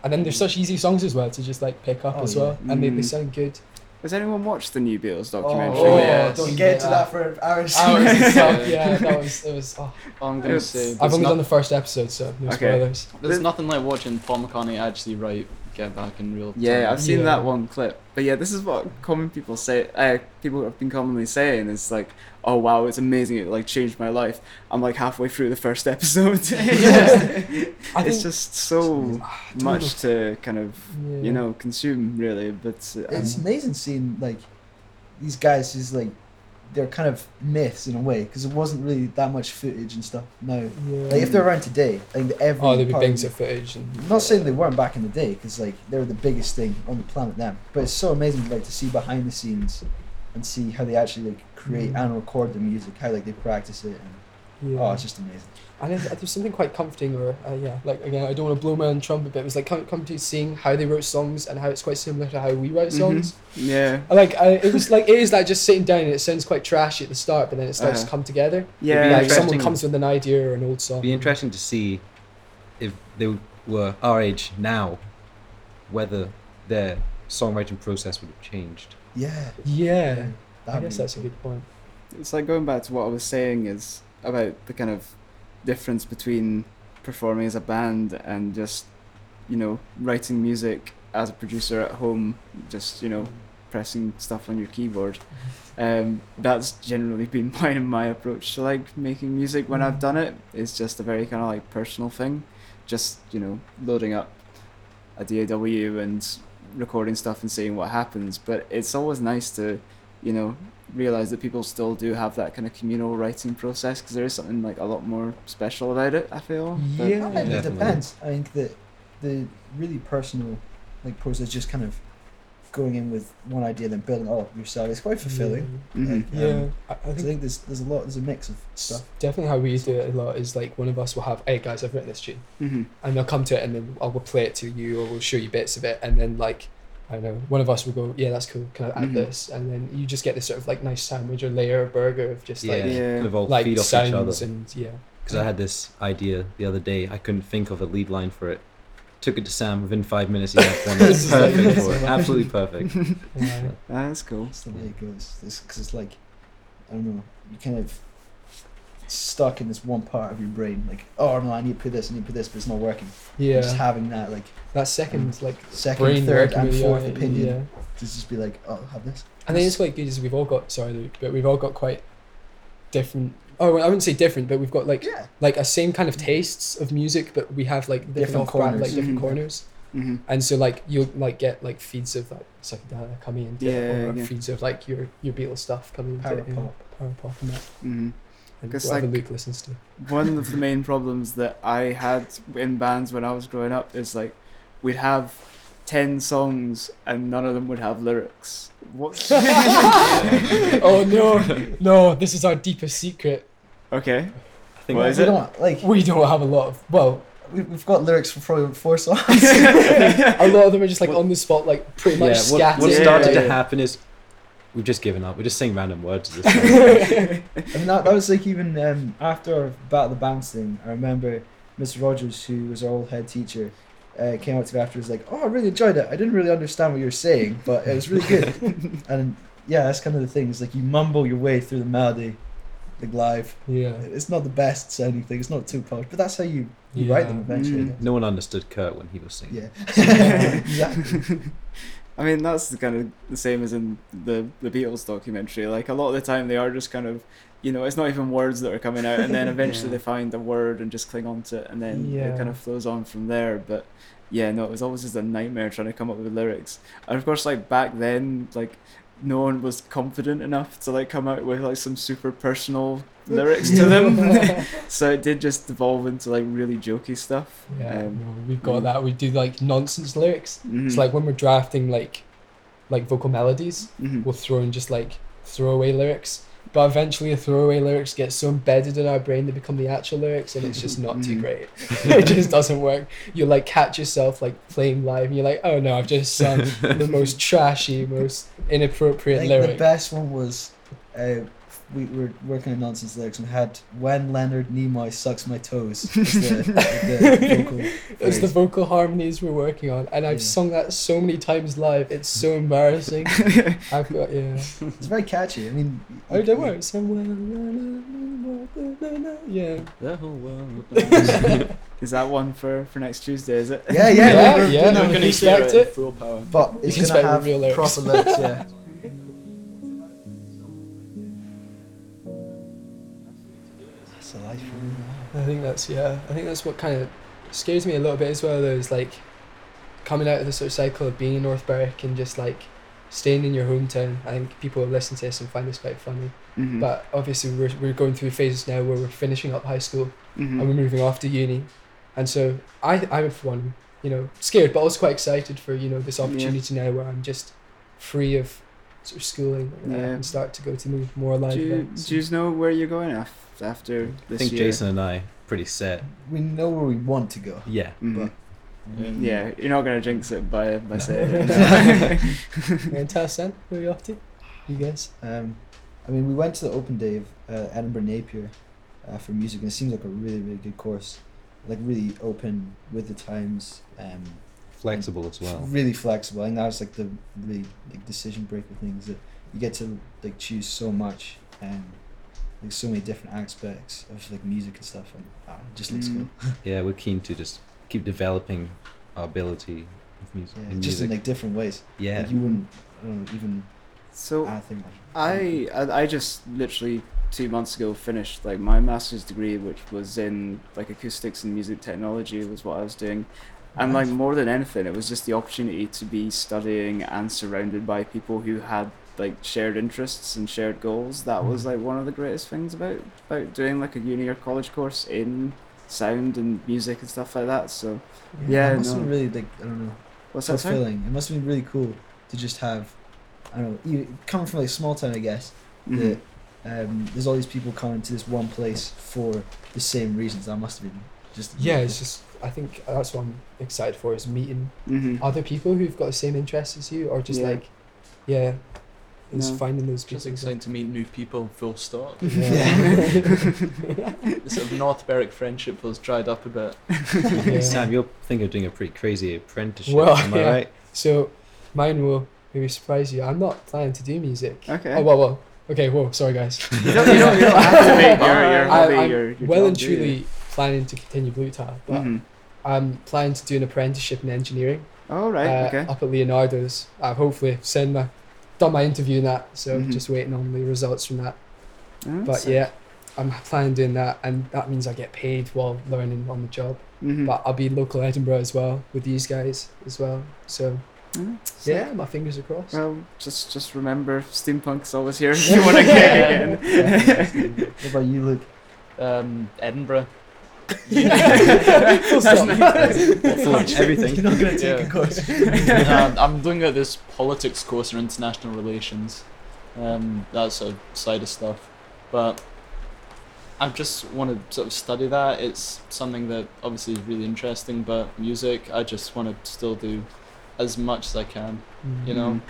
[SPEAKER 2] and then they're such easy songs as well to just like pick up
[SPEAKER 3] Oh,
[SPEAKER 2] as
[SPEAKER 3] yeah.
[SPEAKER 2] well, and they, they
[SPEAKER 1] Mm.
[SPEAKER 2] sound good.
[SPEAKER 1] [LAUGHS]
[SPEAKER 3] [LAUGHS]
[SPEAKER 1] Has anyone watched the new Beatles documentary?
[SPEAKER 5] Oh,
[SPEAKER 1] yet?
[SPEAKER 5] yes.
[SPEAKER 2] don't
[SPEAKER 3] Get
[SPEAKER 2] do
[SPEAKER 3] to that for [LAUGHS] hours.
[SPEAKER 2] Hours and stuff,
[SPEAKER 5] Yeah.
[SPEAKER 2] yeah, that was it was. Oh,
[SPEAKER 5] All I'm gonna
[SPEAKER 1] It's-
[SPEAKER 5] say.
[SPEAKER 2] I've
[SPEAKER 5] there's
[SPEAKER 2] only
[SPEAKER 5] not-
[SPEAKER 2] done the first episode, so no
[SPEAKER 1] Okay.
[SPEAKER 2] spoilers.
[SPEAKER 5] There's nothing like watching Paul McCartney actually write Get Back in real time.
[SPEAKER 1] Yeah, I've seen
[SPEAKER 2] Yeah.
[SPEAKER 1] that one clip. But yeah, this is what common people say. Uh, people have been commonly saying is like, "Oh wow, it's amazing! It like changed my life." I'm like halfway through the first [LAUGHS] episode.
[SPEAKER 2] I
[SPEAKER 1] [LAUGHS] it's
[SPEAKER 2] think-
[SPEAKER 1] just so
[SPEAKER 2] don't
[SPEAKER 1] much to kind of
[SPEAKER 2] Yeah.
[SPEAKER 1] you know consume really. But uh,
[SPEAKER 3] It's
[SPEAKER 1] um,
[SPEAKER 3] amazing seeing like these guys who's like they're kind of myths in a way because it wasn't really that much footage and stuff. No, like
[SPEAKER 2] Yeah.
[SPEAKER 3] if they're around today, like every
[SPEAKER 2] Oh, there'd be
[SPEAKER 3] part of
[SPEAKER 2] banks
[SPEAKER 3] the-
[SPEAKER 2] of footage and.
[SPEAKER 3] I'm not saying they weren't back in the day because like they were the biggest thing on the planet then, but it's so amazing like to see behind the scenes and see how they actually like create
[SPEAKER 2] Mhm.
[SPEAKER 3] and record the music, how like they practice it, and
[SPEAKER 2] Yeah.
[SPEAKER 3] oh, it's just amazing.
[SPEAKER 2] and it, there's something quite comforting, or uh, yeah, like again, I don't want to blow my own trumpet, but it was like com- comforting seeing how they wrote songs and how it's quite similar to how we write
[SPEAKER 1] Mhm.
[SPEAKER 2] songs.
[SPEAKER 1] yeah,
[SPEAKER 2] And, Like I, it was like it is like just sitting down and it sounds quite trashy at the start, but then it starts to
[SPEAKER 1] Uh-huh.
[SPEAKER 2] come together.
[SPEAKER 1] yeah,
[SPEAKER 2] like someone
[SPEAKER 4] interesting.
[SPEAKER 2] comes with an idea or an old
[SPEAKER 4] It'd
[SPEAKER 2] song.
[SPEAKER 4] be interesting to see if they were our age now, whether their songwriting process would have changed.
[SPEAKER 3] Yeah,
[SPEAKER 2] Yeah, I
[SPEAKER 3] that'd
[SPEAKER 2] guess
[SPEAKER 3] be
[SPEAKER 2] that's a
[SPEAKER 3] cool.
[SPEAKER 2] good point.
[SPEAKER 1] it's like going back to what I was saying is about the kind of difference between performing as a band and just you know writing music as a producer at home just you know pressing stuff on your keyboard um, that's generally been [LAUGHS] mine and my approach to like making music when I've done it it's just a very kind of like personal thing just you know loading up a DAW and recording stuff and seeing what happens but it's always nice to you know realize that people still do have that kind of communal writing process because there is something like a lot more special about it I feel But-
[SPEAKER 2] Yeah.
[SPEAKER 3] I think it
[SPEAKER 4] Definitely.
[SPEAKER 3] depends. I think that the really personal like process, just kind of going in with one idea, then building it all up yourself, is quite fulfilling.
[SPEAKER 1] Mhm.
[SPEAKER 3] Like,
[SPEAKER 2] Yeah,
[SPEAKER 3] um,
[SPEAKER 2] I, I
[SPEAKER 3] so I
[SPEAKER 2] think
[SPEAKER 3] think there's there's a lot there's a mix of stuff.
[SPEAKER 2] definitely how we do it a lot is like one of us will have, hey guys, I've written this tune.
[SPEAKER 1] Mhm.
[SPEAKER 2] and they'll come to it and then I will play it to you or we'll show you bits of it and then like I don't know one of us will go yeah that's cool can I add
[SPEAKER 3] Mm-hmm.
[SPEAKER 1] Mhm.
[SPEAKER 2] this and then you just get this sort of like nice sandwich or layer or burger of just like
[SPEAKER 1] Yeah.
[SPEAKER 4] kind of all
[SPEAKER 2] like
[SPEAKER 4] feed off each other.
[SPEAKER 2] sounds and
[SPEAKER 3] [LAUGHS]
[SPEAKER 2] yeah
[SPEAKER 4] Because I had this idea the other day, I couldn't think of a lead line for it. Took it to Sam within five minutes. He had one that
[SPEAKER 2] [LAUGHS]
[SPEAKER 4] was
[SPEAKER 2] This is like-
[SPEAKER 4] perfect for it.
[SPEAKER 2] [LAUGHS]
[SPEAKER 4] Absolutely perfect.
[SPEAKER 2] yeah,
[SPEAKER 1] that's cool
[SPEAKER 3] That's the way it goes. Because it's, like, I don't know, you kind of stuck in this one part of your brain. Like, oh no, I need to put this, I need to put this, but it's not working. And Just
[SPEAKER 2] yeah.
[SPEAKER 3] having that like
[SPEAKER 2] that second like
[SPEAKER 3] second,
[SPEAKER 2] brain
[SPEAKER 3] third,
[SPEAKER 2] working
[SPEAKER 3] and
[SPEAKER 2] with the
[SPEAKER 3] fourth
[SPEAKER 2] eye,
[SPEAKER 3] opinion
[SPEAKER 2] yeah.
[SPEAKER 3] to just be like, oh, I'll have this.
[SPEAKER 2] I think it's quite good is we've all got sorry Luke, but we've all got quite different Oh, well, I wouldn't say different, but we've got like
[SPEAKER 3] Yeah.
[SPEAKER 2] like a same kind of tastes of music, but we have like different,
[SPEAKER 3] Different
[SPEAKER 2] corners. like
[SPEAKER 3] corners. Mm-hmm.
[SPEAKER 2] different
[SPEAKER 1] Mhm.
[SPEAKER 2] corners.
[SPEAKER 1] hmm
[SPEAKER 2] And so like you'll like get like feeds of like psychedelic coming into
[SPEAKER 1] Yeah,
[SPEAKER 2] it, or
[SPEAKER 1] yeah.
[SPEAKER 2] feeds of like your your Beatles stuff coming into
[SPEAKER 3] Power
[SPEAKER 2] it, you know, power pop and that,
[SPEAKER 1] hmm
[SPEAKER 2] and
[SPEAKER 1] 'Cause,
[SPEAKER 2] whatever
[SPEAKER 1] like-
[SPEAKER 2] Luke listens to. [LAUGHS]
[SPEAKER 1] one of the main problems that I had in bands when I was growing up is like we'd have ten songs and none of them would have lyrics. What?
[SPEAKER 2] oh no, no! This is our deepest secret.
[SPEAKER 1] [LAUGHS] okay.
[SPEAKER 4] I think
[SPEAKER 1] Well, is
[SPEAKER 4] that's
[SPEAKER 3] we
[SPEAKER 1] it?
[SPEAKER 3] don't like
[SPEAKER 2] We don't have a lot of well,
[SPEAKER 3] we- we've got lyrics for probably four songs.
[SPEAKER 2] a lot of them are just like
[SPEAKER 4] What-
[SPEAKER 2] on the spot, like pretty
[SPEAKER 4] yeah,
[SPEAKER 2] much
[SPEAKER 4] what,
[SPEAKER 2] scattered.
[SPEAKER 4] what
[SPEAKER 1] Yeah.
[SPEAKER 4] started
[SPEAKER 1] Yeah.
[SPEAKER 4] to happen is we've just given up. We're just saying random words. At this
[SPEAKER 2] [LAUGHS]
[SPEAKER 4] point.
[SPEAKER 3] I mean, that, that was like even um, after our Battle of the Bands thing. I remember Mr. Rogers, who was our old head teacher, uh, came up to me after and was like, Oh, I really enjoyed it. I didn't really understand what you were saying, but it was really good. and yeah, that's kind of the thing. It's like you mumble your way through the melody, like live.
[SPEAKER 2] yeah,
[SPEAKER 3] It's not the best sounding thing, it's not too polished, but that's how you, you write them
[SPEAKER 2] Yeah.
[SPEAKER 3] eventually.
[SPEAKER 1] Mm.
[SPEAKER 4] no one understood Kurt when he was singing.
[SPEAKER 1] [LAUGHS]
[SPEAKER 3] Yeah. exactly.
[SPEAKER 1] I mean, that's kind of the same as in the the Beatles documentary. Like a lot of the time, they are just kind of, you know, it's not even words that are coming out, and then
[SPEAKER 2] [LAUGHS]
[SPEAKER 1] eventually
[SPEAKER 2] Yeah.
[SPEAKER 1] they find a word and just cling on to it, and then it kind
[SPEAKER 2] Yeah.
[SPEAKER 1] of flows on from there. But yeah, no, it was always just a nightmare trying to come up with lyrics. And of course, like back then, like no one was confident enough to like come out with like some super personal lyrics to them, [LAUGHS]
[SPEAKER 2] [LAUGHS]
[SPEAKER 1] so it did just devolve into like really jokey stuff.
[SPEAKER 2] Yeah,
[SPEAKER 1] Um,
[SPEAKER 2] no, we've got
[SPEAKER 1] mm.
[SPEAKER 2] that. We do like nonsense lyrics. It's
[SPEAKER 1] mhm,
[SPEAKER 4] Hmm.
[SPEAKER 2] like when we're drafting like like vocal melodies,
[SPEAKER 1] mhm.
[SPEAKER 2] we'll throw in just like throwaway lyrics. But eventually, the throwaway lyrics get so embedded in our brain they become the actual lyrics, and it's just not too
[SPEAKER 1] Mm.
[SPEAKER 2] great. [LAUGHS] it just doesn't work. You like catch yourself like playing live, and you're like, "Oh no, I've just sung the
[SPEAKER 3] [LAUGHS]
[SPEAKER 2] most trashy, most
[SPEAKER 3] I
[SPEAKER 2] inappropriate
[SPEAKER 3] think
[SPEAKER 2] lyric."
[SPEAKER 3] the best one was uh, we were working on nonsense lyrics and had when Leonard Nimoy sucks my toes. as the,
[SPEAKER 2] [LAUGHS]
[SPEAKER 3] the vocal
[SPEAKER 2] It's the
[SPEAKER 3] phrase.
[SPEAKER 2] vocal harmonies we're working on, and I've
[SPEAKER 3] Yeah.
[SPEAKER 2] sung that so many times live. It's so embarrassing.
[SPEAKER 3] [LAUGHS]
[SPEAKER 2] I've got yeah.
[SPEAKER 3] It's very catchy. I mean,
[SPEAKER 2] Oh, don't worry. Somewhere. Yeah.
[SPEAKER 4] The whole world.
[SPEAKER 1] Is that one for for next Tuesday? Is it?
[SPEAKER 3] Yeah, yeah,
[SPEAKER 2] Yeah,
[SPEAKER 3] we're-
[SPEAKER 2] yeah,
[SPEAKER 3] we're
[SPEAKER 5] You're
[SPEAKER 2] no,
[SPEAKER 3] doing
[SPEAKER 5] not
[SPEAKER 2] we
[SPEAKER 5] gonna
[SPEAKER 2] can
[SPEAKER 3] it.
[SPEAKER 5] hear
[SPEAKER 2] expect
[SPEAKER 5] it.
[SPEAKER 2] it.
[SPEAKER 5] Full power.
[SPEAKER 3] but
[SPEAKER 2] You
[SPEAKER 3] it's
[SPEAKER 2] can
[SPEAKER 3] gonna
[SPEAKER 2] expect
[SPEAKER 3] have
[SPEAKER 2] real lyrics.
[SPEAKER 3] proper lyrics.
[SPEAKER 2] [LAUGHS]
[SPEAKER 3] Yeah, that's the life. for me.
[SPEAKER 2] I think that's yeah. I think that's what kind of scares me a little bit as well. Though is like coming out of the sort of cycle of being in North Berwick and just like staying in your hometown. I think people will listen to this and find this quite funny.
[SPEAKER 1] Mhm,
[SPEAKER 2] But obviously, we're we're going through phases now where we're finishing up high school
[SPEAKER 1] mhm.
[SPEAKER 2] and we're moving off to uni, and so I I'm for one you know scared but also quite excited for you know this
[SPEAKER 1] Yeah.
[SPEAKER 2] opportunity now where I'm just free of sort of schooling and, uh,
[SPEAKER 1] Yeah.
[SPEAKER 2] and start to go to move more live
[SPEAKER 1] do you,
[SPEAKER 2] events.
[SPEAKER 1] do
[SPEAKER 2] [LAUGHS]
[SPEAKER 1] you know where you're going af- after
[SPEAKER 4] I
[SPEAKER 1] this
[SPEAKER 4] think
[SPEAKER 1] year?
[SPEAKER 4] Jason and I pretty set.
[SPEAKER 3] We know where we want to go.
[SPEAKER 4] Yeah.
[SPEAKER 1] Mhm.
[SPEAKER 5] Yeah.
[SPEAKER 1] Yeah, you're not gonna jinx it by by saying
[SPEAKER 2] No.
[SPEAKER 1] it.
[SPEAKER 2] and tell us then where you're off to. You guys.
[SPEAKER 3] Um, I mean, we went to the open day of uh, Edinburgh Napier uh, for music, and it seems like a really, really good course. Like really open with the times. Um,
[SPEAKER 4] Flexible as well.
[SPEAKER 3] Really flexible. I think that was like the really like decision breaker things that you get to like choose so much and like so many different aspects of like music and stuff, and uh, it just looks
[SPEAKER 1] Mm.
[SPEAKER 3] cool.
[SPEAKER 4] Yeah, we're keen to just keep developing our ability of music.
[SPEAKER 3] Yeah,
[SPEAKER 4] in
[SPEAKER 3] just in
[SPEAKER 4] music.
[SPEAKER 3] like different ways. [LAUGHS]
[SPEAKER 4] yeah.
[SPEAKER 3] Like, you wouldn't I don't know, even
[SPEAKER 1] so
[SPEAKER 3] I think
[SPEAKER 1] I, I I just literally two months ago finished like my master's degree, which was in like acoustics and music technology was what I was doing, and like more than anything, it was just the opportunity to be studying and surrounded by people who had like shared interests and shared goals. That was like one of the greatest things about about doing like a uni or college course in sound and music and stuff like that. So Yeah,
[SPEAKER 3] it must
[SPEAKER 1] no.
[SPEAKER 3] be really like I don't know
[SPEAKER 1] what's that sound?
[SPEAKER 3] fulfilling. It must be really cool to just have I don't know you, coming from like a small town, I guess.
[SPEAKER 1] Mhm.
[SPEAKER 3] That um, there's all these people coming to this one place for the same reasons. That must have been just
[SPEAKER 2] Yeah, it's just I think that's what I'm excited for is meeting
[SPEAKER 1] Mhm.
[SPEAKER 2] [LAUGHS] other people who've got the same interests as you, or just
[SPEAKER 1] Yeah.
[SPEAKER 2] like, yeah, it's
[SPEAKER 1] No.
[SPEAKER 2] finding those people.
[SPEAKER 5] Just exciting to meet new people. Full stop.
[SPEAKER 1] [LAUGHS]
[SPEAKER 2] Yeah.
[SPEAKER 5] The sort of North Berwick friendship was dried up a bit.
[SPEAKER 2] Yeah.
[SPEAKER 4] Sam, you're thinking of doing a pretty crazy apprenticeship,
[SPEAKER 2] Well,
[SPEAKER 4] am I
[SPEAKER 2] yeah.
[SPEAKER 4] right?
[SPEAKER 2] [LAUGHS] so mine will maybe surprise you. I'm not planning to do music.
[SPEAKER 1] [LAUGHS] Okay.
[SPEAKER 2] Oh well, well. Okay. Whoa. Sorry, guys.
[SPEAKER 1] You don't, you don't, you don't have to make your, your
[SPEAKER 2] I,
[SPEAKER 1] hobby
[SPEAKER 2] I'm
[SPEAKER 1] your, your
[SPEAKER 2] well
[SPEAKER 1] job,
[SPEAKER 2] and
[SPEAKER 1] do you?
[SPEAKER 2] truly planning to continue Blue Tile, but
[SPEAKER 1] Mhm.
[SPEAKER 2] I'm planning to do an apprenticeship in engineering
[SPEAKER 1] Oh, All right.
[SPEAKER 2] uh,
[SPEAKER 1] okay.
[SPEAKER 2] up at Leonardo's. I've hopefully send my done my interview and that, so
[SPEAKER 1] Mhm.
[SPEAKER 2] just waiting on the results from that.
[SPEAKER 1] Oh,
[SPEAKER 2] But
[SPEAKER 1] so-
[SPEAKER 2] yeah, I'm planning on doing that, and that means I get paid while learning on the job.
[SPEAKER 1] Mhm.
[SPEAKER 2] But uh, I'll be local Edinburgh as well with these guys as well. So
[SPEAKER 1] Mm, sick.
[SPEAKER 2] yeah, my fingers are crossed.
[SPEAKER 1] Well, just just remember, steampunk's always here. If
[SPEAKER 2] [LAUGHS]
[SPEAKER 1] you want to get again.
[SPEAKER 3] What about you, Luke?
[SPEAKER 5] Um, Edinburgh.
[SPEAKER 1] [LAUGHS] That's [LAUGHS] nice.
[SPEAKER 2] [LAUGHS]
[SPEAKER 4] everything.
[SPEAKER 3] You're not gonna take
[SPEAKER 5] take a Yeah.
[SPEAKER 3] a
[SPEAKER 1] [LAUGHS]
[SPEAKER 3] course.
[SPEAKER 5] um, I'm doing at this politics course in international relations. Um, that's a side of stuff, but I just want to sort of study that. It's something that obviously is really interesting, but music, I just want to still do as much as I can.
[SPEAKER 2] Mm.
[SPEAKER 5] You know,
[SPEAKER 1] Mhm.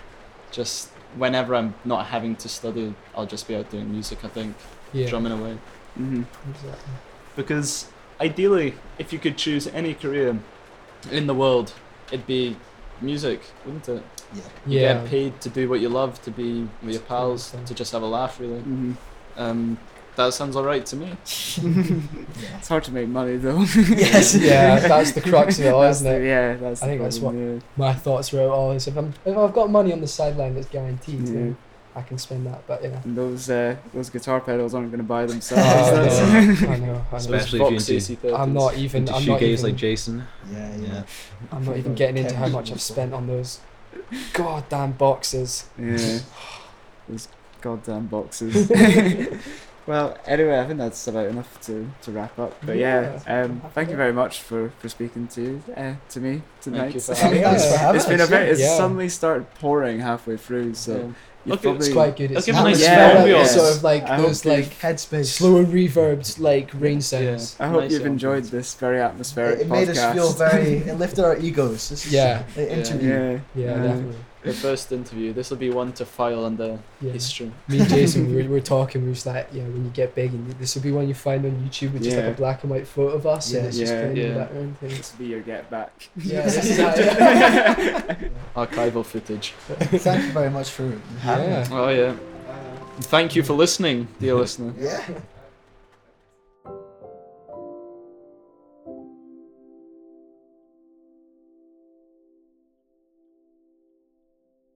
[SPEAKER 5] just whenever I'm not having to study, I'll just be out doing music. I think
[SPEAKER 2] Yeah.
[SPEAKER 5] drumming away
[SPEAKER 1] Mhm.
[SPEAKER 2] Exactly.
[SPEAKER 5] because ideally, if you could choose any career in the world, it'd be music, wouldn't it? You
[SPEAKER 2] Yeah.
[SPEAKER 5] get paid to do what you love, to be with your pals,
[SPEAKER 2] Exactly.
[SPEAKER 5] to just have a laugh, really.
[SPEAKER 2] Mm-hmm.
[SPEAKER 1] Mhm.
[SPEAKER 5] Um, that sounds alright to me.
[SPEAKER 1] [LAUGHS] It's hard to make money though. [LAUGHS]
[SPEAKER 2] Yes. yeah, that's the crux of it, all,
[SPEAKER 1] That's
[SPEAKER 2] isn't it?
[SPEAKER 1] the- Yeah, that's.
[SPEAKER 2] I
[SPEAKER 1] the
[SPEAKER 2] think that's
[SPEAKER 1] problem, yeah.
[SPEAKER 2] My thoughts were always if I'm if I've got money on the sideline that's guaranteed,
[SPEAKER 1] Yeah.
[SPEAKER 2] then I can spend that. But
[SPEAKER 1] [LAUGHS]
[SPEAKER 2] yeah.
[SPEAKER 1] And those uh, those guitar pedals aren't going to buy themselves. [LAUGHS] That's-
[SPEAKER 2] Oh, no. [LAUGHS] I know. I know.
[SPEAKER 4] Especially if you're
[SPEAKER 5] Vox
[SPEAKER 4] into,
[SPEAKER 5] AC30s.
[SPEAKER 2] I'm not even.
[SPEAKER 4] into
[SPEAKER 2] I'm not
[SPEAKER 4] shoegaze
[SPEAKER 2] even,
[SPEAKER 4] like Jason.
[SPEAKER 3] Yeah, yeah.
[SPEAKER 4] Yeah.
[SPEAKER 2] I'm not even getting into how much I've spent on those goddamn boxes.
[SPEAKER 1] Yeah. Those goddamn boxes. [LAUGHS] well, anyway, I think that's about enough to, to wrap up. But yeah,
[SPEAKER 2] Yeah.
[SPEAKER 1] um, thank you very much for, for speaking to uh, to me tonight.
[SPEAKER 5] Thank you for
[SPEAKER 1] It's- [LAUGHS]
[SPEAKER 5] having
[SPEAKER 2] me. Thanks for
[SPEAKER 1] it's-
[SPEAKER 3] having
[SPEAKER 1] it's been a
[SPEAKER 3] us,
[SPEAKER 1] bit.
[SPEAKER 2] yeah.
[SPEAKER 1] It's
[SPEAKER 2] Yeah.
[SPEAKER 1] suddenly started pouring halfway through, so you
[SPEAKER 5] Okay,
[SPEAKER 1] probably
[SPEAKER 2] It's quite good. It's
[SPEAKER 5] I'll give it a nice
[SPEAKER 2] yeah,
[SPEAKER 1] smell, yeah.
[SPEAKER 2] sort of like
[SPEAKER 1] I hope
[SPEAKER 2] those like
[SPEAKER 3] Headspace.
[SPEAKER 2] slower reverbed like rain sounds.
[SPEAKER 1] I hope
[SPEAKER 5] nice
[SPEAKER 1] you've
[SPEAKER 5] album.
[SPEAKER 1] enjoyed this very atmospheric
[SPEAKER 3] It, it made
[SPEAKER 1] podcast.
[SPEAKER 3] us feel very. It lifted our egos. This is
[SPEAKER 2] Yeah.
[SPEAKER 3] an interview.
[SPEAKER 1] yeah,
[SPEAKER 2] Yeah,
[SPEAKER 1] yeah.
[SPEAKER 2] definitely.
[SPEAKER 5] the first interview. This will be one to file under
[SPEAKER 2] Yeah.
[SPEAKER 5] history.
[SPEAKER 2] Me and Jason, we were, we were talking. We was like, yeah, when you get big, and you- this will be one you find on YouTube with just like
[SPEAKER 1] Yeah.
[SPEAKER 2] a black and white photo of us, and
[SPEAKER 3] Yeah,
[SPEAKER 2] it's just
[SPEAKER 1] yeah,
[SPEAKER 2] playing in
[SPEAKER 5] yeah.
[SPEAKER 2] the background. Thing.
[SPEAKER 1] This will be your get back.
[SPEAKER 2] Yeah,
[SPEAKER 1] [LAUGHS]
[SPEAKER 2] this is how- yeah.
[SPEAKER 5] Archival footage.
[SPEAKER 3] Thank you very much for having
[SPEAKER 2] Yeah.
[SPEAKER 3] us.
[SPEAKER 5] Oh, yeah. And thank you for listening, dear listener.
[SPEAKER 3] Yeah.